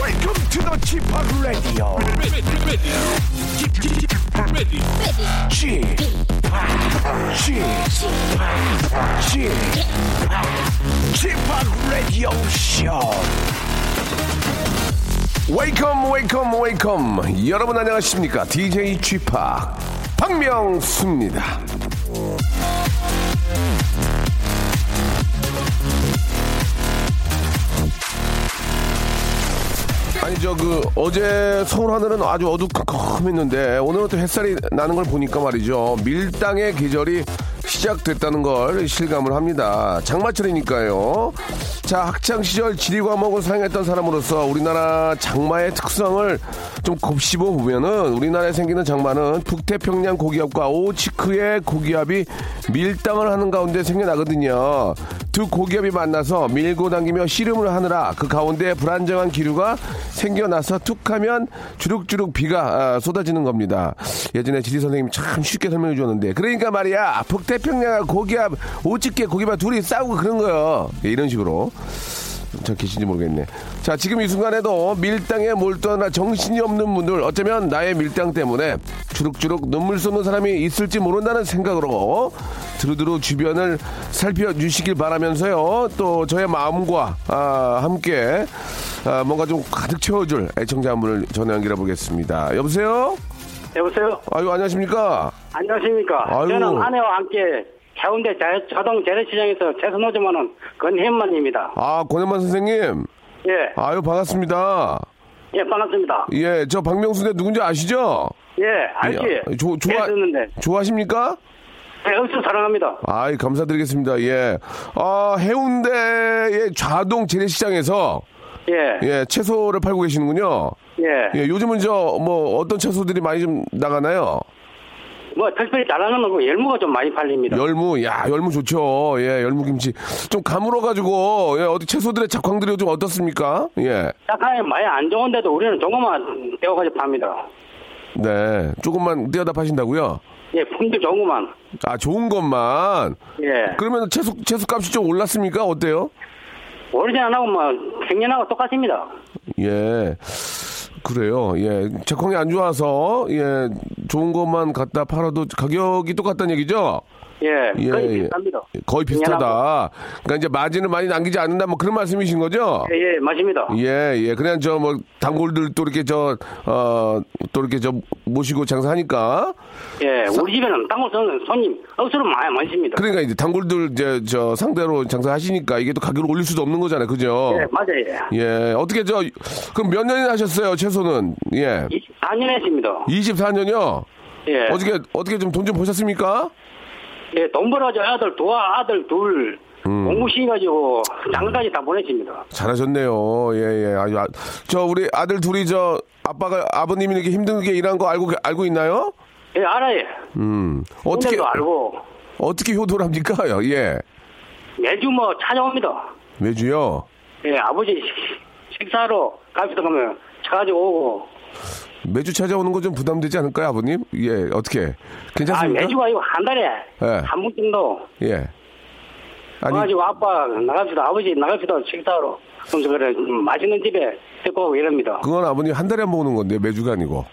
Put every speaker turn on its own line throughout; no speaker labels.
Welcome to the g p o p Radio.
ready, ready, ready,
g p o p g p o p Radio Show. Welcome, welcome, welcome. 여러분 안녕하십니까? DJ g p o p 박명수입니다. 아니 저 그 어제 서울 하늘은 아주 어두컴컴했는데 오늘은 또 햇살이 나는 걸 보니까 말이죠 밀당의 계절이 시작됐다는 걸 실감을 합니다 장마철이니까요 자 학창 시절 지리 과목을 사용했던 사람으로서 우리나라 장마의 특성을 좀 곱씹어 보면은 우리나라에 생기는 장마는 북태평양 고기압과 오치크의 고기압이 밀당을 하는 가운데 생겨나거든요. 두 고기압이 만나서 밀고 당기며 씨름을 하느라 그 가운데 불안정한 기류가 생겨나서 툭하면 주룩주룩 비가 아, 쏟아지는 겁니다. 예전에 지리 선생님 이참 쉽게 설명해 주었는데 그러니까 말이야 북태평양 고기압 오치크의 고기압 둘이 싸우고 그런 거요. 예, 이런 식으로. 저 계신지 모르겠네. 자, 지금 이 순간에도 밀당에 몰두하나 정신이 없는 분들, 어쩌면 나의 밀당 때문에 주룩주룩 눈물 쏟는 사람이 있을지 모른다는 생각으로 두루두루 주변을 살펴주시길 바라면서요. 또 저의 마음과 아, 함께 아, 뭔가 좀 가득 채워줄 애청자 한 분을 전화 연결해 보겠습니다. 여보세요?
여보세요?
아유, 안녕하십니까?
안녕하십니까?
아이고.
저는 아내와 함께 해운대 자- 자동 재래시장에서 채소노점하는 권혜만입니다.
아, 권현만 선생님.
예,
아유, 반갑습니다.
예, 반갑습니다.
예, 저 박명수인데 누군지 아시죠?
예, 알지?
예, 조,
예,
좋아,
듣는데.
좋아하십니까?
예, 엄청 사랑합니다.
아이, 감사드리겠습니다. 예. 아, 해운대의 좌동 재래시장에서,
예, 예,
예, 채소를 팔고 계시는군요. 예, 요즘은 저, 뭐, 어떤 채소들이 많이 좀 나가나요?
뭐, 특별히 달라는 거고, 열무가 좀 많이 팔립니다.
열무, 야, 열무 좋죠. 예, 열무김치. 좀 가물어가지고, 예, 어디 채소들의 작황들이 좀 어떻습니까? 예.
약간이 많이 안 좋은데도 우리는 조금만 떼어가지고 팝니다.
네. 조금만 떼어다 파신다고요?
예, 품질 좋은 것만.
아, 좋은 것만.
예.
그러면 채소, 채소 값이 좀 올랐습니까? 어때요?
오리지널하고 뭐, 생년하고 똑같습니다.
예. 그래요. 예. 작황이 안 좋아서, 예. 좋은 것만 갖다 팔아도 가격이 똑같다는 얘기죠?
예,
예.
거의
예.
비슷합니다.
거의 비슷하다. 그러니까 이제 마진을 많이 남기지 않는다. 뭐 그런 말씀이신 거죠?
예, 예, 맞습니다.
예, 예. 그냥 저 뭐 단골들 또 이렇게 저, 어, 또 이렇게 저 모시고 장사하니까.
예, 우리 집에는 땅굴 쓰는 손님 억수로 많이 많습니다.
그러니까 이제 단골들 이제 저 상대로 장사하시니까 이게 또 가격을 올릴 수도 없는 거잖아요. 그죠?
예, 맞아요.
예. 어떻게 저, 그럼 몇 년이나 하셨어요? 채소는? 예.
24년 했습니다.
24년이요?
예.
어떻게 어떻게 좀 돈 좀 보셨습니까?
예, 돈 벌어져 아들 두 아들 둘
음.
공부 시켜가지고 장까지 다 보냈습니다.
잘하셨네요. 예 예. 아주 아, 저 우리 아들 둘이 저 아빠가 아버님이 이렇게 힘들게 일한 거 알고 알고 있나요?
예, 알아요.
음. 어떻게
형님도 알고
어떻게 효도를 합니까? 예.
매주 뭐 찾아옵니다.
매주요.
예, 아버지 식- 식사로 가시다 가면 차가지고 오고
매주 찾아오는 거 좀 부담되지 않을까요, 아버님? 예. 어떻게?
아
괜찮습니까?
매주가 아니고 한 달에
예.
한 번 정도
예. 아니
가지고 아빠 나갑시다 아버지 나갑시다 식사로 그래 그래 음, 맛있는 집에 데리고 오고 이럽니다.
그건 아버님 한 달에 한 번 오는 건데 매주가 아니고.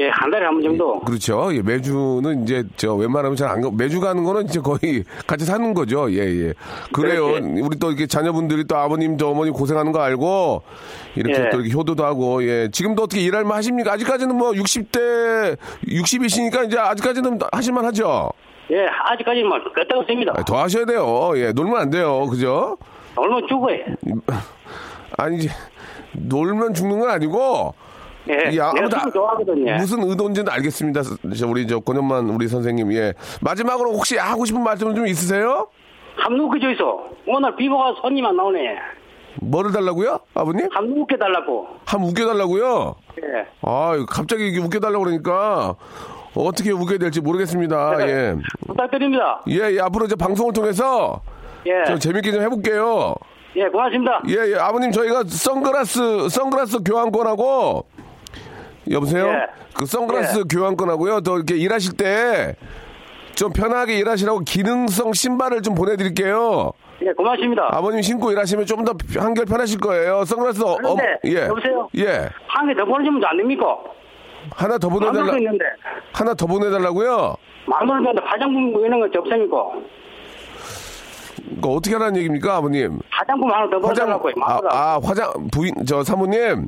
예, 한 달에 한 번 정도.
그렇죠. 예, 매주는 이제 저 웬만하면 잘 안 가. 매주 가는 거는 이제 거의 같이 사는 거죠. 예, 예. 그래요.
그렇지.
우리 또 이렇게 자녀분들이 또 아버님, 저 어머님 고생하는 거 알고 이렇게
예.
또 이렇게 효도도 하고 예. 지금도 어떻게 일할 만 하십니까? 아직까지는 뭐 60대 60이시니까 이제 아직까지는 하실 만 하죠.
예, 아직까지는 뭐 끝도 없습니다.
아, 더 하셔야 돼요. 예. 놀면 안 돼요. 그죠?
얼마 죽어요.
아니 이제 놀면 죽는 건 아니고
예,
이 아무도
내가
아-
술을 좋아하거든요. 예.
무슨 의도인지는 알겠습니다. 저 우리 저 권현만 우리 선생님 예 마지막으로 혹시 하고 싶은 말씀 좀 있으세요?
함누 그저 있어. 오늘 비보가 손님 안 나오네.
뭐를 달라고요, 아버님?
함누 웃겨달라고.
한 웃겨달라고요?
예.
아 갑자기 이게 웃겨달라고 그러니까 어떻게 웃겨야 될지 모르겠습니다. 예.
부탁드립니다.
예, 예, 앞으로 이제 방송을 통해서
예.
좀 재밌게 좀 해볼게요.
예, 고맙습니다.
예, 예, 아버님 저희가 선글라스 선글라스 교환권하고 여보세요?
예.
그 선글라스
예.
교환권하고요. 더 이렇게 일하실 때 좀 편하게 일하시라고 기능성 신발을 좀 보내드릴게요.
예, 고맙습니다.
아버님 신고 일하시면 좀 더 한결 편하실 거예요. 선글라스 어, 어,
그런데
예.
여보세요?
예.
한 개 더 보내주면 안 됩니까?
하나 더
만들
보내달라
수 있는데.
하나 더 보내달라고요?
만들면 화장품 뭐 이런 거 접수니까
그거 어떻게 하라는 얘기입니까, 아버님?
화장품 하나 더 보내달라고요.
아,
만들어.
아, 화장 부인 저 사모님.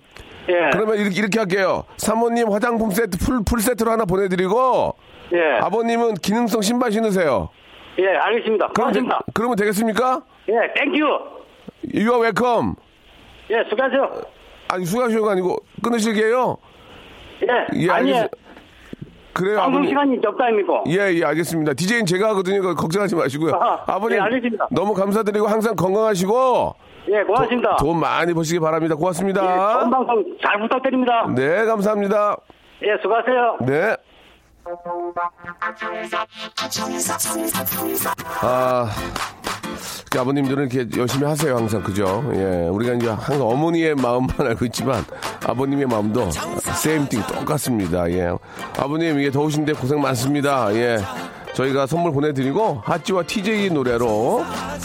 예.
그러면 이렇게 이렇게 할게요. 사모님 화장품 세트 풀, 풀 세트로 하나 보내드리고
예.
아버님은 뭐- 기능성 신발 신으세요.
예, 알겠습니다.
그러면, 되,
고맙습니다.
그러면 되겠습니까?
예, 땡큐.
You are welcome.
예, 수고하세요.
아니 수고하시오가 아니고 끊으실게요.
예,
예,
아니,
알겠습니다. 그래요,
방송
아버님.
시간이 접다입니까?
예, 예, 알겠습니다. DJ는 제가 하거든요. 그거 걱정하지 마시고요.
아하,
아버님,
예, 알겠습니다.
너무 감사드리고 항상 건강하시고
예, 고맙습니다.
돈 많이 버시기 바랍니다.
예,
고맙습니다.
좋은 방송 잘 부탁드립니다.
네, 감사합니다.
예, 수고하세요.
네. 아, 그 아버님들은 이렇게 열심히 하세요, 항상. 그죠? 예, 우리가 이제 항상 어머니의 마음만 알고 있지만 아버님의 마음도 same thing 똑같습니다. 예. 아버님, 이게 더우신데 고생 많습니다. 예. 저희가 선물 보내드리고 하찌와 TJ 노래로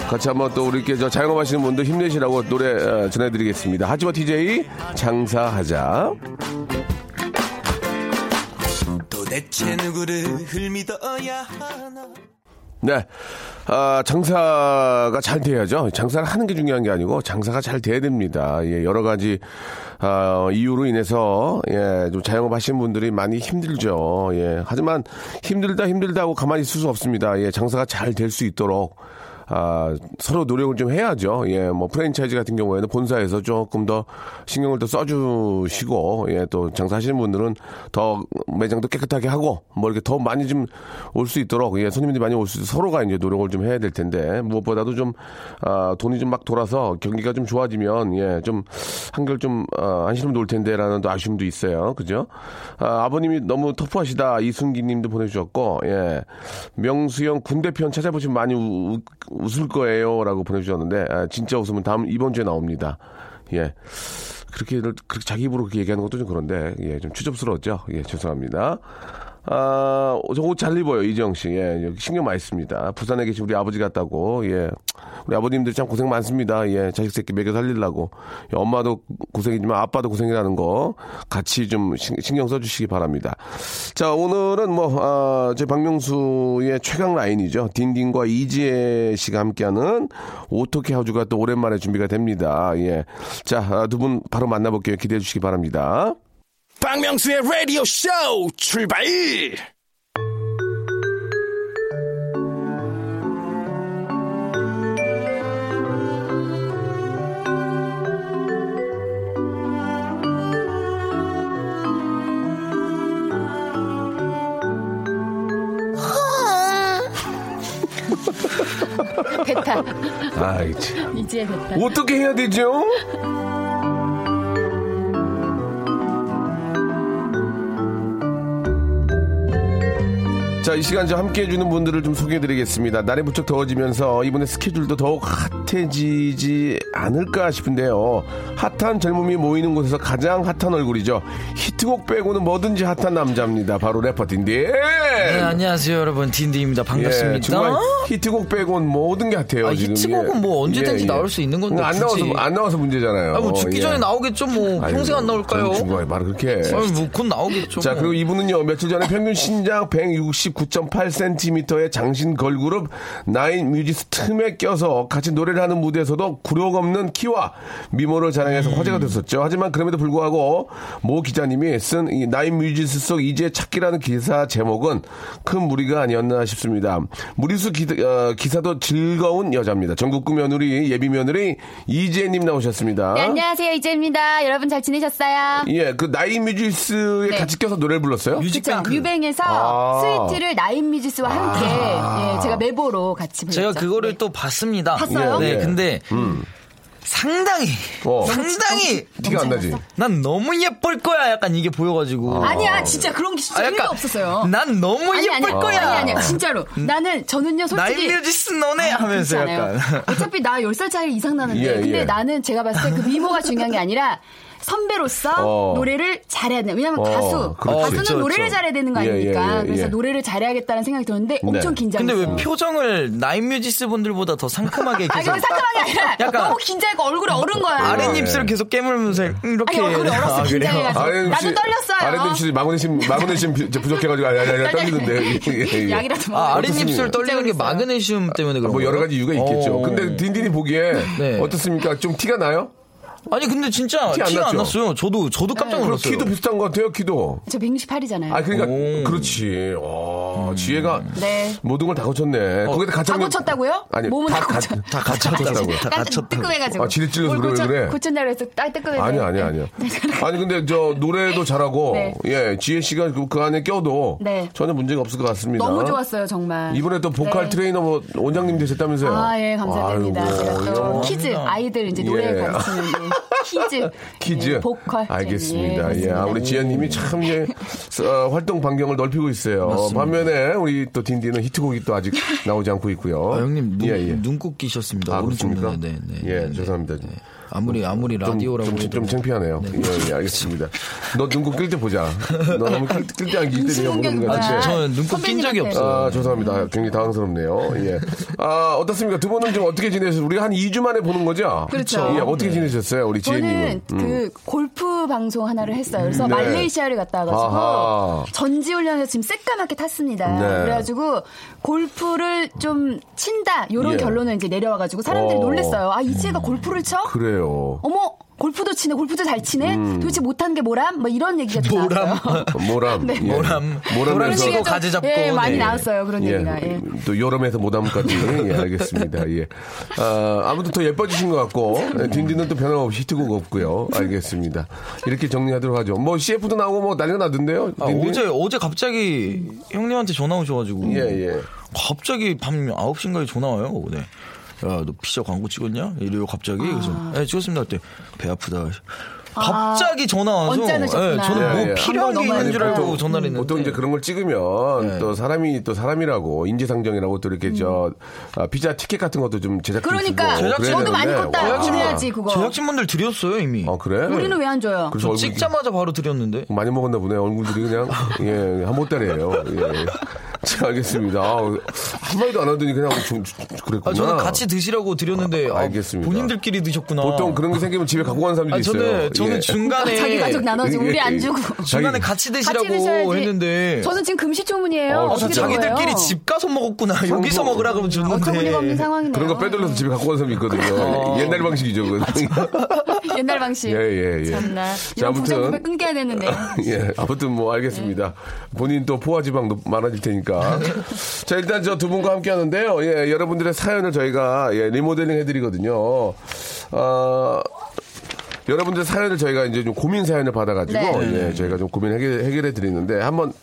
같이 한번 또 우리 이렇게 저 자영업 하시는 분들 힘내시라고 노래 어, 전해드리겠습니다. 하찌와 TJ 장사하자.
도대체 누구를 흘미더야 하나
네. 아, 장사가 잘 돼야죠. 장사를 하는 게 중요한 게 아니고 장사가 잘 돼야 됩니다. 예, 여러 가지 아, 이유로 인해서 예, 좀 자영업 하시는 분들이 많이 힘들죠. 예. 하지만 힘들다 힘들다 하고 가만히 있을 수 없습니다. 예, 장사가 잘 될 수 있도록 아, 서로 노력을 좀 해야죠. 예, 뭐 프랜차이즈 같은 경우에는 본사에서 조금 더 신경을 더 써주시고, 예, 또 장사하시는 분들은 더 매장도 깨끗하게 하고, 뭐 이렇게 더 많이 좀 올 수 있도록, 예, 손님들이 많이 올 수 있도록 서로가 이제 노력을 좀 해야 될 텐데, 무엇보다도 좀, 아, 돈이 좀 막 돌아서 경기가 좀 좋아지면, 예, 좀 한결 좀, 아, 안심을 놓을 텐데라는 또 아쉬움도 있어요. 그죠? 아, 아버님이 너무 터프하시다. 이승기 님도 보내주셨고, 예. 명수형 군대편 찾아보시면 많이 우- 우- 웃을 거예요. 라고 보내주셨는데, 아, 진짜 웃으면 다음, 이번 주에 나옵니다. 예. 그렇게, 그렇게 자기 입으로 그렇게 얘기하는 것도 좀 그런데, 예, 좀 추접스러웠죠. 예, 죄송합니다. 아, 저옷 잘 입어요, 이정 씨. 예, 여기 신경 많이 씁니다. 부산에 계신 우리 아버지 같다고, 예. 우리 아버님들 참 고생 많습니다. 예, 자식 새끼 먹여 살리려고. 예, 엄마도 고생이지만 아빠도 고생이라는 거 같이 좀 신- 신경 써주시기 바랍니다. 자, 오늘은 뭐, 아, 제 박명수의 최강 라인이죠. 딘딘과 이지혜 씨가 함께하는 오토케 하우즈가 또 오랜만에 준비가 됩니다. 예. 자, 두 분 바로 만나볼게요. 기대해 주시기 바랍니다.
박명수의 라디오 쇼 출발
배타
아이, 참.
이제 배타
어떻게 해야 되죠? 자, 이 시간 저 함께 해주는 분들을 좀 소개해드리겠습니다. 날이 무척 더워지면서 이번에 스케줄도 더욱 핫해지지 않을까 싶은데요. 핫한 젊음이 모이는 곳에서 가장 핫한 얼굴이죠. 히트곡 빼고는 뭐든지 핫한 남자입니다. 바로 래퍼 딘딘.
네, 안녕하세요 여러분 딘디입니다 반갑습니다
예, 정말 히트곡 빼곤 모든 게 핫해요.
아,
지금. 예,
히트곡은 뭐 언제든지 나올 수 있는 건데,
안
굳이.
나와서 안 나와서 문제잖아요.
아, 뭐 죽기
예.
전에 나오겠죠 뭐
아유,
평생 안 나올까요
그럼 중간에 말을 그렇게. 해.
아니 뭐곧 나오겠죠
자
뭐.
그리고 이분은요 며칠 전에 평균 신장 169.8cm의 장신 걸그룹 나인 뮤지스 틈에 껴서 같이 노래를 하는 무대에서도 굴욕 없는 키와 미모를 자랑해서 화제가 됐었죠. 하지만 그럼에도 불구하고 모 기자님이 쓴 이 나인 뮤지스 속 이제 찾기라는 기사 제목은 큰 무리가 아니었나 싶습니다. 무리수 어, 기, 사도 즐거운 여자입니다. 전국구 며느리 예비 며느리 이재님 나오셨습니다.
네, 안녕하세요 이재입니다 여러분 잘 지내셨어요
예, 그 나인 뮤지스에
네.
같이 껴서 노래를 불렀어요?
그쵸?
뮤직뱅크
뮤뱅에서
아.
스위트를 나인 미지스와 함께 예, 제가 메보로 같이 불렀죠
아. 제가 그거를
네.
또 봤습니다
봤어요?
예,
네
예.
근데 상당히
어.
상당히
티가 안 나지.
난 너무 예쁠 거야 약간 이게 보여가지고
아니야 진짜 그런 게 진짜
아,
일도 없었어요
난 너무
아니 아니
예쁠 거야 음.
아니 아니 진짜로 나는 저는요 솔직히 아,
나인뮤지스 너네
그렇지
하면서
않아요.
약간
어차피 나 10살 차이 이상 나는데
예,
근데
예.
나는 제가 봤을 때 그 미모가 중요한 게 아니라 선배로서
어.
노래를 잘해야 된다. 왜냐면
어,
가수,
그렇지.
가수는
그렇죠,
노래를
그렇죠.
잘해야 되는 거
예,
아닙니까?
예, 예, 예.
그래서 노래를 잘해야겠다는 생각이 들었는데 엄청
네.
긴장했어요.
근데 왜 표정을 나인뮤지스 분들보다 더 상큼하게
아, 이거
계속
상큼하게 아니라
약간-
너무 긴장했고 얼굴이 얼은 거야.
아랫입술을
예.
계속 깨물면서 이렇게
아니, 얼굴이 얼었어.
아, 그래요?
긴장해가지고. 나도 떨렸어요.
아랫입술이 마그네슘, 마그네슘 비- 저 부족해가지고, 아, 야, 야, 야, 떨리는데. 예, 예, 예.
약이라도 먹어.
아,
어떻습니까?
아랫입술 떨리는 게 마그네슘 때문에 그런
뭐
거예요?
여러 가지 이유가 있겠죠.
어.
근데 딘딘이 보기에
네.
어떻습니까? 좀 티가 나요?
아니 근데 진짜
티안
티가 안,
났죠?
났어요. 저도 저도 깜짝
그리고
놀랐어요.
키도 비슷한 것 같아요, 키도.
저 168이잖아요.
아, 그러니까 그렇지. 어,
음.
지혜가
네.
모든 걸 다
어.
고쳤네. 거기다
다
가창력
고쳤다고요?
아니,
몸은
다
다
가-
고쳤-
다 갖췄다고요.
딱 뜨끔해가지고.
아, 지리 찔려서
뭘
그래,
고쳐-
그래.
고쳤냐고 해서 딱 뜨끔해서.
아니 아니 아니요. 아니 근데 저 노래도 잘하고
네.
예 지혜 씨가 그, 그 안에 껴도
네.
전혀 문제가 없을 것 같습니다.
너무 좋았어요, 정말.
이번에 또 보컬
네.
트레이너 뭐 원장님 되셨다면서요?
아, 예, 감사드립니다. 네,
아이고, 뭐
제가 또
이런
키즈, 아이들 이제
예.
노래 거치는 키즈.
키즈
예, 보컬.
알겠습니다. 예,
그렇습니다.
아, 우리 지혜님이 참 이제 어, 활동 반경을 넓히고 있어요. 반면에 우리 또 딘딘은 히트곡이 또 아직 나오지 않고 있고요.
아, 형님 눈,
예, 예.
눈곱 끼셨습니다.
아,
오른쪽
그렇습니까?
눈에. 네, 네,
예,
네, 네.
죄송합니다.
아무리 아무리
좀,
라디오라고
좀,
해도
좀 창피하네요. 예, 예, 알겠습니다. 너 눈곱 낄 때 보자. 너 너무 낄때 안낄 때는 보는 것
신문경이구나.
같아.
아, 저는 눈곱 낀 적이
선배님한테.
없어요.
아, 죄송합니다. 굉장히 당황스럽네요. 예. 아, 어떻습니까? 두 분은 지금 어떻게 지내셨어요? 우리 한 2주 만에 보는 거죠?
그렇죠.
예, 어떻게 지내셨어요? 우리 지혜님은. 음,
저는 그 골프 방송 하나를 했어요. 그래서
네.
말레이시아를 갔다 와가지고
아하.
전지훈련에서 지금 새까맣게 탔습니다.
네.
그래가지고 골프를 좀 친다 이런
예.
결론을 이제 내려와가지고 사람들이
어.
놀랬어요. 아 이치가 골프를 쳐?
그래요. 음.
어머 골프도 치네 골프도 잘 치네 도대체 못하는 게 뭐람? 뭐 이런 얘기가 좀 나왔어요.
모람.
네.
예.
모람.
모람에서.
모람에서
그런 얘기가 좀,
가지 잡고,
예, 많이
네.
나왔어요 그런
예,
얘기가. 예.
또 여름에서 모담까지 예, 알겠습니다. 예, 아, 아무튼 더 예뻐지신 것 같고 예, 딘딘은 또 변함없이 히트곡 없고요. 알겠습니다. 이렇게 정리하도록 하죠. 뭐 CF도 나오고 뭐 난리가 났던데요.
아,
딘딘?
어제 어제 갑자기 형님한테 전화 오셔가지고
예, 예.
갑자기 밤 9시인가에 전화 와요. 네. 야, 너 피자 광고 찍었냐? 이래요, 갑자기.
아.
그래서, 예, 찍었습니다. 그때, 배 아프다. 갑자기 전화 와서,
언짢으셨구나.
저는 뭐
예, 예.
필요한 게 있는 줄
아니,
알고
보통-
전화를 했는데.
음, 보통 이제
네.
그런 걸 찍으면 또 사람이 또 사람이라고 인지상정이라고 또 이렇게 저 아, 피자 티켓 같은 것도 좀 제작진
음. 그러니까
주고 그렇죠. 그래야
저도 많이
되는데. 어.
컸다.
와.
해야지 그거.
제작진분들 드렸어요, 이미.
아 그래?
우리는 왜 안 줘요?
그래서 얼굴
찍자마자 바로 드렸는데.
많이 먹었나 보네. 얼굴들이 그냥 예 한보따리예요. 예. 자, 알겠습니다. 아, 한 마디도 안 하더니 그냥 주, 주, 주- 그랬구나.
아, 저는 같이 드시라고 드렸는데,
아, 알겠습니다.
본인들끼리 드셨구나.
보통 그런 게 생기면 집에 갖고 가는 사람들이
아, 저는,
있어요.
저는
예.
중간에.
자기 가족 나눠주고 우리 안 주고.
중간에
자기-
같이
같이 드시라고
드셔야지.
했는데.
저는 지금 금시초문이에요.
어,
아,
어떻게
진짜.
된
저
거예요? 아,
자기들끼리 집 가서 먹었구나. 여기서 먹으라 그러면
어처구니가 없는
줬는데.
상황이네요.
그런 거 빼돌려서 집에 갖고 가는 사람이 있거든요.
아.
어.
옛날 방식이죠, 그거.
옛날 방식.
예, 예, 예.
참나.
자,
이런 부자
아무튼
고백 끊겨야 되는데.
예, 아무튼 뭐 알겠습니다. 본인 또 포화 지방 높- 많아질 테니까. 자, 일단 저 두 분과 함께 하는데요. 예, 여러분들의 사연을 저희가 예, 리모델링 해드리거든요. 아, 여러분들 사연을 저희가 이제 좀 고민 사연을 받아가지고
네.
예, 저희가 좀 고민 해결, 해결해 드리는데 한번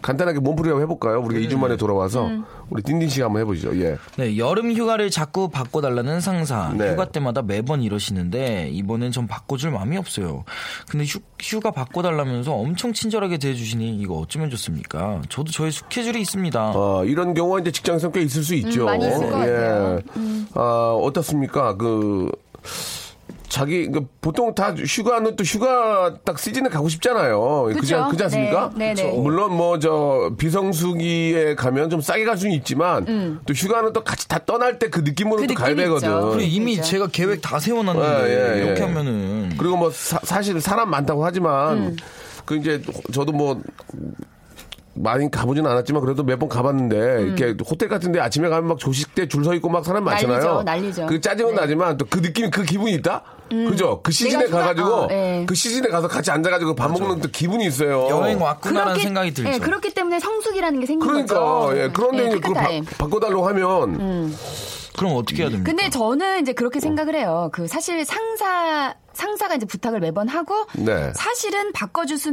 간단하게 몸풀이라고 해볼까요? 우리가 이 2주 만에 돌아와서 우리 딘딘 씨가 한번 해보시죠. 예.
네, 여름 휴가를 자꾸 바꿔달라는 상사.
네.
휴가 때마다 매번 이러시는데 이번엔 전 바꿔줄 마음이 없어요. 근데 휴, 휴가 바꿔달라면서 엄청 친절하게 대해주시니 이거 어쩌면 좋습니까? 저도 저의 스케줄이 있습니다.
어, 이런 경우가 이제 직장에서 꽤 있을 수 있죠.
음, 많이 있을 것 같아요. 음.
예. 아, 어떻습니까? 그, 자기, 그 보통 다 휴가는 또 휴가 딱 시즌에 가고 싶잖아요. 그지
그쵸?
그지 않습니까?
네, 네, 네.
그쵸. 물론 뭐 저 비성수기에 가면 좀 싸게 갈 수는 있지만 또 휴가는 또 같이 다 떠날 때 그 느낌으로
음. 그
또 가야
느낌 있죠.
되거든.
그리고 이미
그죠?
제가 계획 다 세워놨는데
어. 예, 예, 예.
이렇게 하면은
그리고 뭐 사, 실 사람 많다고 하지만
음.
그 이제 저도 뭐 많이 가보진 않았지만 그래도 몇 번 가봤는데 이렇게 호텔 같은데 아침에 가면 막 조식 때 줄 서 있고 막 사람 많잖아요.
음. 난리죠, 난리죠.
그 짜증은
네. 음.
나지만 또 그 느낌 그 기분이 있다. 그죠? 그 시즌에
내가 휴가-
가가지고
어, 예.
그 시즌에 가서 같이 앉아가지고 밥 먹는 또 기분이 있어요.
여행 왔구나라는 생각이 들죠.
예, 그렇기 때문에 성숙이라는 게 생긴
그러니까
거죠.
예, 그런데 이제
그
그거 바, 바꿔달라고 하면
음.
그럼 어떻게 해야
그러니까.
됩니까?
근데 저는 이제
어.
그렇게 생각을 해요. 그 사실 상사 상사가 이제 부탁을 매번 하고
네.
사실은 바꿔줄 수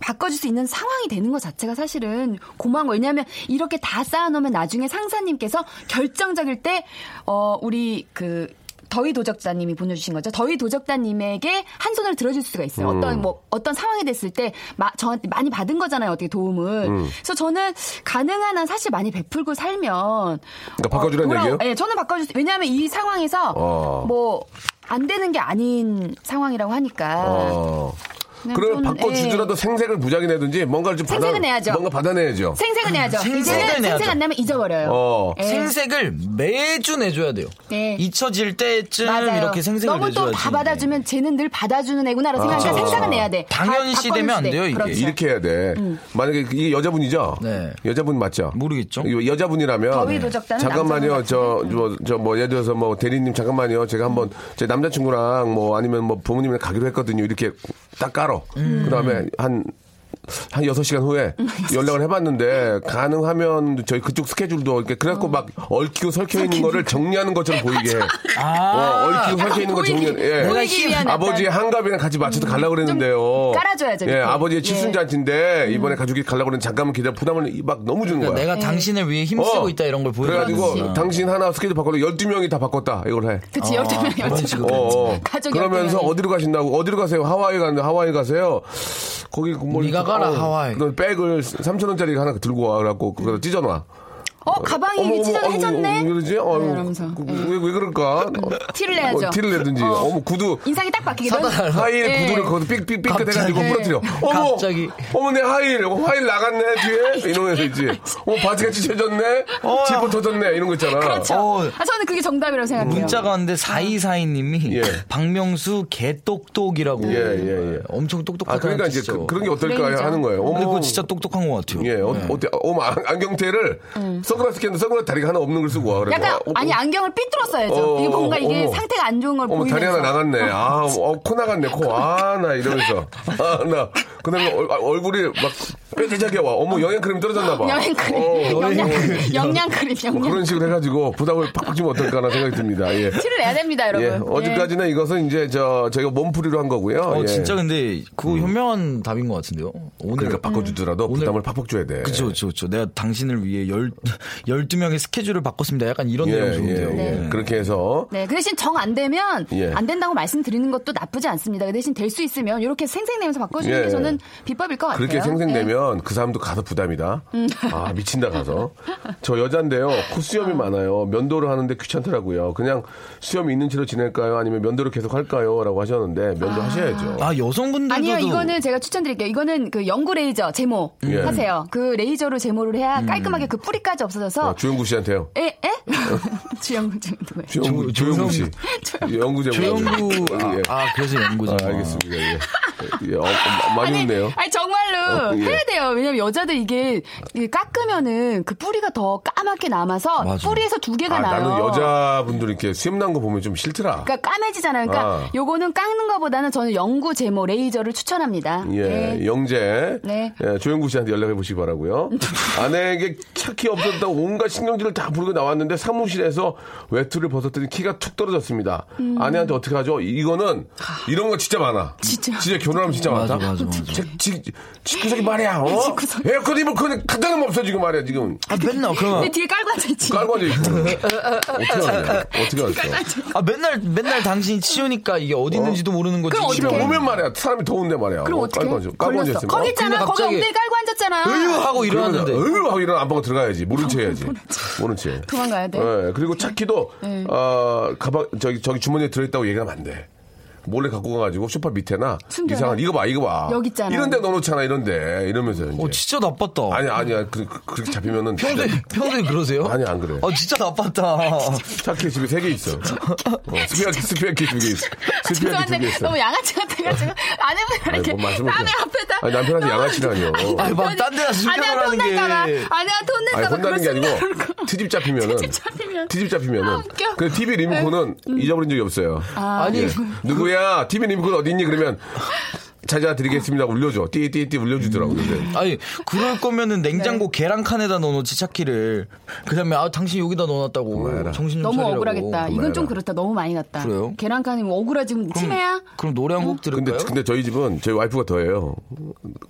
바꿔줄 수 있는 상황이 되는 것 자체가 사실은 고마운 거 왜냐하면 이렇게 다 쌓아놓으면 나중에 상사님께서 결정적일 때 어 우리 그 더위 도적자님이 보내주신 거죠. 더위 도적자님에게 한 손을 들어줄 수가 있어요.
음.
어떤 뭐 어떤 상황이 됐을 때 마- 저한테 많이 받은 거잖아요. 어떻게 도움을.
음.
그래서 저는 가능한 한 사실 많이 베풀고 살면 어,
그러니까 바꿔주라는
뭐라고-
얘기예요?
예, 저는 바꿔주세요. 왜냐하면 이 상황에서
어.
뭐 안 되는 게 아닌 상황이라고 하니까
어.
그냥
그럼
네. 좀, 네.
바꿔주더라도 생색을 부작이내든지 뭔가를 좀 받아,
생색은 해야죠.
뭔가 받아내야죠.
생색은 내야죠.
생색은
이제는 생색
내야죠.
안 내면 잊어버려요.
어.
예.
생색을 매주 내줘야 돼요.
네.
잊혀질 때쯤
맞아요.
이렇게 생색을
너무
내줘야지.
또 다 받아주면 쟤는 늘 받아주는 애구나라 생각하니까
그렇죠.
생각은 내야 돼. 다-
당연시
바꿔줄
되면 안
때.
돼요, 이게.
그렇죠.
이렇게 해야 돼. 만약에 이게 여자분이죠?
네.
여자분 맞죠?
모르겠죠.
이거 여자분이라면
더위 도적자는
잠깐만요.
남자분
저 저 뭐 예를 들어서 뭐 대리님 잠깐만요. 제가 한번 제 남자친구랑 뭐 아니면 뭐 부모님이랑 가기로 했거든요. 이렇게 딱 깔어. 그다음에 한 한 여섯 시간 후에
음.
연락을 해봤는데, 가능하면 저희 그쪽 스케줄도 이렇게,
어.
그래갖고 막 얽히고 설켜 있는 거를 정리하는 것처럼 보이게. 해.
아,
아,
어, 얽히고 설켜 있는 거 정리,
보이기,
예.
보이기 위한
아버지의 한갑이랑 같이 맞춰서 가려고 그랬는데요.
음, 깔아줘야죠,
예,
이렇게.
아버지의
예. 음.
칠순잔치인데 이번에 가족이 가려고 그랬는데 잠깐만 기다려 부담을 막 너무 주는
그러니까
거야.
예.
내가 당신을 위해 힘쓰고
어.
있다 이런 걸 보여주고.
그래가지고 당신 하나 스케줄 바꿨고 12명이 다 바꿨다 이걸 해.
그치, 열두 명, 열두 명.
어, 어.
가족이
그러면서
어때요?
어디로 가신다고 어디로 가세요? 하와이 가는데 하와이 가세요. 거기 뭐
네가 가라,
어,
하와이.
그런 백을 3천 원짜리 하나 들고 와갖고 그거 찢어놔.
어, 가방이
어머,
이미
어머,
찢어져
어머,
해졌네?
어머, 왜 그러지? 어,
네, 이러면서.
그-
예.
왜, 왜 그럴까?
티를 내야죠.
어, 티를 내든지. 어. 머 구두
인상이 딱 바뀌게 면
하일
예.
구두를 거기서 삑삑삑
갑자기.
해가지고
네.
부러뜨려. 어머,
갑자기.
어머 내 하일, 어, 하일 나갔네 뒤에 이러면서 있지. 어 바지가 찢어졌네,
어.
지퍼 터졌네 이런 거 있잖아.
그렇죠.
어.
아, 저는 그게 정답이라고 생각해요.
문자가
어.
왔는데 4242님이
예.
박명수 개똑똑이라고
예, 예, 예.
엄청 똑똑하다
아 그러니까 이제 그, 런 게 어떨까
그러니까.
하는 거예요. 어머,
그리고 진짜 네. 똑똑한 것 같아요.
예, 어, 어때? 어머 안- 안경테를 선글라스 꼈는데 선글라스 다리가 하나 없는 걸 쓰고 와. 그래서
음. 약간,
어, 어,
아니, 안경을 삐뚤어 써야죠.
어,
이게 뭔가
어,
이게
어머.
상태가 안 좋은 걸
어머 다리
보이면서.
하나 나갔네. 아, 어, 코 나갔네. 코. 아, 나 이러면서. 아, 나. 그다음에 얼, 아, 얼굴이 막 뾰족하게 와. 어머 영양 크림 떨어졌나 봐.
영양 크림,
어,
영양
어,
크림, 영양 크림,
뭐
영양
그런 식으로 해가지고 부담을 팍팍 주면 어떨까나 생각이 듭니다. 예.
티를 내야 됩니다, 여러분.
예, 어제까지는 이것은 이제 저 저희가 몸풀이로 한 거고요.
어,
예. 음.
진짜 근데 그거 현명한 답인 것 같은데요. 오늘
그러니까 바꿔주더라도
오늘-
부담을 팍팍 줘야 돼.
음. 그쵸, 그쵸, 그쵸. 내가 당신을 위해 열, 12명의 스케줄을 바꿨습니다. 약간 이런
예,
내용
예,
좋은데요.
예.
네.
그렇게 해서
네, 그 대신 정 안 되면
예.
안 된다고 말씀드리는 것도 나쁘지 않습니다. 그 대신 될 수 있으면 이렇게 생색내면서 바꿔주는
예.
게 저는 비법일 것 같아요.
그렇게
예.
생생내면 그 사람도 가서 부담이다. 아 미친다 가서. 저 여잔데요. 코 수염이 많아요. 면도를 하는데 귀찮더라고요. 그냥 수염이 있는 채로 지낼까요? 아니면 면도를 계속 할까요?라고 하셨는데 면도 하셔야죠.
아, 여성분들도.
아니요, 이거는 제가 추천드릴게요. 이거는 그 연구 레이저 제모
예. 음.
하세요. 그 레이저로 제모를 해야 깔끔하게 그 뿌리까지 없어져서.
어, 주영구 씨한테요.
에? 에? 주영구 좀 누구예요?
주영구,
조-
주영구 씨. 영구 제목.
네.
조영구.
예.
아, 아, 그래서 연구자.
아, 알겠습니다. 예. 예, 어, 어, 많이 웃네요.
아니 정말로
어, 예.
해야 돼요. 왜냐면 여자들 이게 이게 깎으면은 그 뿌리가 더 까맣게 남아서
맞아.
뿌리에서 두 개가
아,
나요.
나는 여자분들 이렇게 수염 난 거 보면 좀 싫더라.
그러니까 까매지잖아요. 그러니까
아.
요거는 깎는 거보다는 저는 연구 제모 레이저를 추천합니다.
예,
네.
영재.
네.
예, 조영구 씨한테 연락해 보시기 바라고요. 아내에게 착히 없었다고 온갖 신경질을 다 부르고 나왔는데 사무실에서 외투를 벗었더니 키가 툭 떨어졌습니다. 아내한테 어떻게 하죠? 이거는 이런 거 진짜 많아.
음. 아. 진짜.
결혼하면 진짜
맞아,
많다.
맞아, 맞아.
제- 지- 집구석이 말이야. 어?
네, 집구석.
에어컨 입을 그냥 갖다 놓으면 없어 지금 말이야 지금.
아, 맨날,
근데
그러면.
뒤에 깔고 앉아있지.
깔고 앉아 있고. 어떻게 하냐? 어떻게 하죠?
아, 맨날, 맨날 당신이 치우니까 이게 어디 있는지도 모르는 거지.
그럼
집에
어떡해?
오면 말이야. 사람이 더운데 말이야.
그럼
어, 뭐
어떻게?
깔고 앉아. 깔고 앉아
걸렸어.
있으면.
거기 있잖아.
근데
거기
갑자기
엉덩이 깔고 앉았잖아.
으유! 하고 일어났는데.
으 하고 일어나 안방으로 들어가야지. 모른 체 해야지. 모른 체.
도망가야 돼. 네.
예, 그리고 차키도 어, 가방 저기 저기 주머니에 들어있다고 얘기하면 안 돼. 몰래 갖고 가가지고 소파 밑에나
숨겨놔.
이상한 이거 봐 이거 봐
여기 있잖아.
이런데 넣어놓잖아 이런데 이러면서 이제
어, 진짜 나빴다.
아니 아니야 그, 그- 그렇게 잡히면은
평소에, 평소에 그러세요?
아니, 안 그래.
아, 진짜 나빴다.
차키 집에 세 개 있어 어, 스피어키 스피어키 두개 있어 스피어키 두개
죄송한데
있어
너무 양아치 같아가지고 아내분 이렇게
아니, 뭐 말씀을
남의
좀-
앞에다
아니, 남편한테
너무-
양아치라니요. 뭐
아니, 막딴 데다 숨겨놓으라는 게.
아내한테
아니
혼낼까봐
혼나는 게 아니고
티
트집 잡히면은
트집 잡히면.
트집 잡히면은
아, 웃겨.
그 TV 리모컨은 잊어버린 적이 없어요
아니,
예. 누구야? TV 리모컨 어디 있니? 그러면 찾아 드리겠습니다. 울려줘. 띠띠띠 울려주더라고. 근데.
아니 그럴 거면은 냉장고
네.
계란칸에다 넣어놓지 차키를 그다음에 아 당신 여기다 넣어놨다고
그만해라.
정신 좀
너무
차리라고.
억울하겠다. 이건 좀 그렇다. 너무 많이 갔다.
그래요?
계란칸이 뭐 억울하지. 금 치매야?
그럼 노래
음.
한 곡
근데,
들을까요?
근데 저희 집은 저희 와이프가 더해요.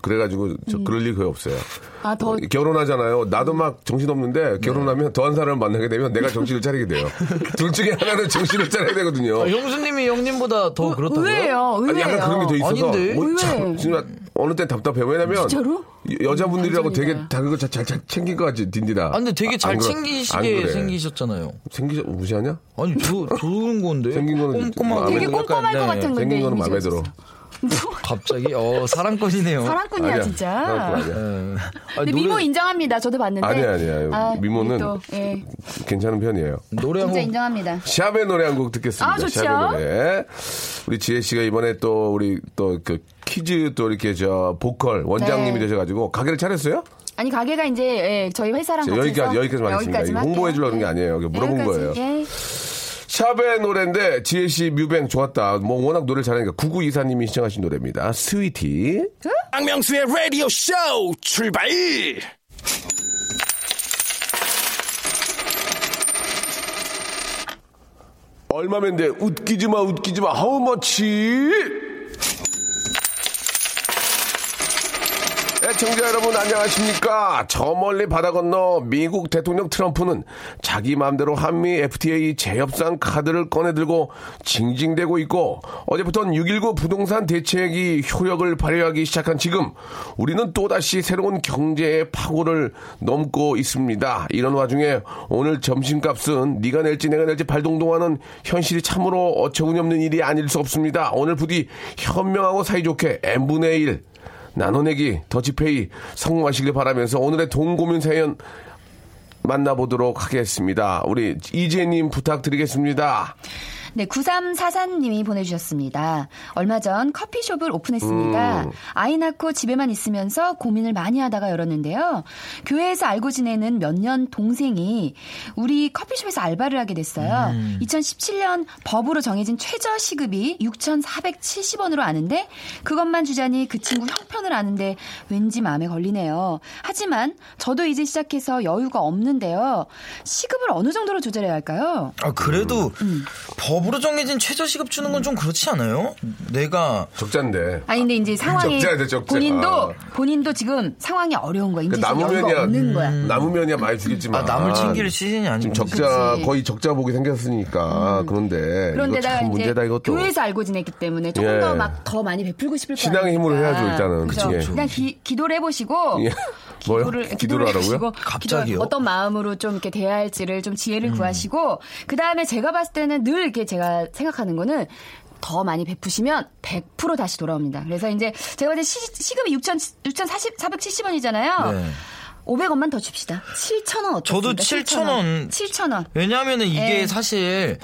그래가지고 저 그럴 일 거의 없어요.
아, 더-
어, 결혼하잖아요. 나도 막 정신없는데 결혼하면 더한 사람을 만나게 되면 내가 정신을 차리게 돼요. 둘 중에 하나는 정신을 차려야
어,
되거든요.
어,
아, 형수님이 형님보다 더 그렇다고요?
의외예요.
아니,
의외예요.
약간 그런 게 더 있어서
아닌데?
뭐
의외예요.
참, 진짜 어느 땐 답답해. 요 왜냐면
진짜로? 음,
여- 여자분들이라고 되게
완전이다.
다 그거 잘, 잘 챙긴 것 같지, 딘디라.
아, 근데 되게
아,
잘
안 그러-
챙기시게
안 그래.
생기셨잖아요.
생기죠? 무시하냐?
아니, 저, 좋은 건데.
생긴 거는
꼼꼼하고.
마음에
되게
약간, 네.
꼼꼼할 것 같은 건데.
생긴 거는 마음에 들어.
이미지가 진짜.
갑자기, 어, 사랑꾼이네요.
사랑꾼이야
아니야. 사랑꾼
진짜.
아니야.
예.
근데
아니,
미모 인정합니다. 저도 봤는데.
아니야, 아니야. 미모는 뭐
또, 예.
괜찮은 편이에요.
노래 한
진짜
곡.
인정합니다.
샵의 노래 한 곡 듣겠습니다.
아, 좋죠.
샵의 노래. 우리 지혜 씨가 이번에 또 우리 또 그 퀴즈 또 이렇게 저 보컬 원장님이
네.
되셔가지고 가게를 차렸어요?
아니 가게가 이제 예, 저희 회사랑
자,
같이
여기까지,
해서
여기까지만 하겠습니다.
여기까지만
이거 홍보해
할게요. 네,
주려고 그런 게 아니에요. 이거 물어본 거예요.
여기까지, 예.
샵의 노래인데 지혜 씨 뮤뱅 좋았다. 뭐 워낙 노래를 잘하니까 99 이사님이 시청하신 노래입니다. 스위티.
박명수의 라디오 쇼 출발!
얼마면 돼? 웃기지 마, 웃기지 마. How much? 예, 애청자 여러분 안녕하십니까? 저 멀리 바다 건너 미국 대통령 트럼프는 자기 마음대로 한미 FTA 재협상 카드를 꺼내들고 징징대고 있고 어제부터는 6.19 부동산 대책이 효력을 발휘하기 시작한 지금 우리는 또다시 새로운 경제의 파고를 넘고 있습니다. 이런 와중에 오늘 점심값은 네가 낼지 내가 낼지 발동동하는 현실이 참으로 어처구니 없는 일이 아닐 수 없습니다. 오늘 부디 현명하고 사이좋게 n분의 1 나눠내기 더치페이 성공하시길 바라면서 오늘의 동고민 사연 만나보도록 하겠습니다. 우리 이재님 부탁드리겠습니다.
네, 9344님이 보내주셨습니다. 얼마 전 커피숍을 오픈했습니다. 아이 낳고 집에만 있으면서 고민을 많이 하다가 열었는데요. 교회에서 알고 지내는 몇 년 동생이 우리 커피숍에서 알바를 하게 됐어요. 2017년 법으로 정해진 최저 시급이 6,470원으로 아는데 그것만 주자니 그 친구 형편을 아는데 왠지 마음에 걸리네요. 하지만 저도 이제 시작해서 여유가 없는데요. 시급을 어느 정도로 조절해야 할까요?
아,
음.
그래도 법으로 정해진 최저시급 주는 건 좀 그렇지 않아요? 내가
적자인데.
아니 근데 이제 상황이
적자야 돼, 적자.
본인도
아.
본인도 지금 상황이 어려운 거야.
그
이제 지금 여유가
남으면이야 음.
없는 거야.
남으면이야 많이 주겠지만.
아, 남을 챙길 시즌이
지금
아닌 거지.
적자
그치. 음.
거의 적자 복이 생겼으니까 그런데 이거
그런데다가
참
이제
문제다 이것도.
교회에서 알고 지냈기 때문에 조금
예.
더 막 더 많이 베풀고 싶을 거야.
신앙의 힘으로 해야죠, 일단은.
그죠?
그치, 예.
그냥 기, 기도를 해보시고
예. 뭐요?
기도를
기도를 하라고요?
해보시고
갑자기요? 음.
기도를 어떤 마음으로 좀 이렇게 대해야 할지를 좀 지혜를 구하시고 그 다음에 제가 봤을 때는 늘 이렇게 제가 생각하는 거는. 더 많이 베푸시면 100% 다시 돌아옵니다. 그래서 이제 제가 봤을 때 시, 시급이 6,000, 6,470원이잖아요.
네.
500원만 더 줍시다. 7,000원
저도
어떻습니까?
7,000원.
7,000원.
왜냐하면은 이게
예.
사실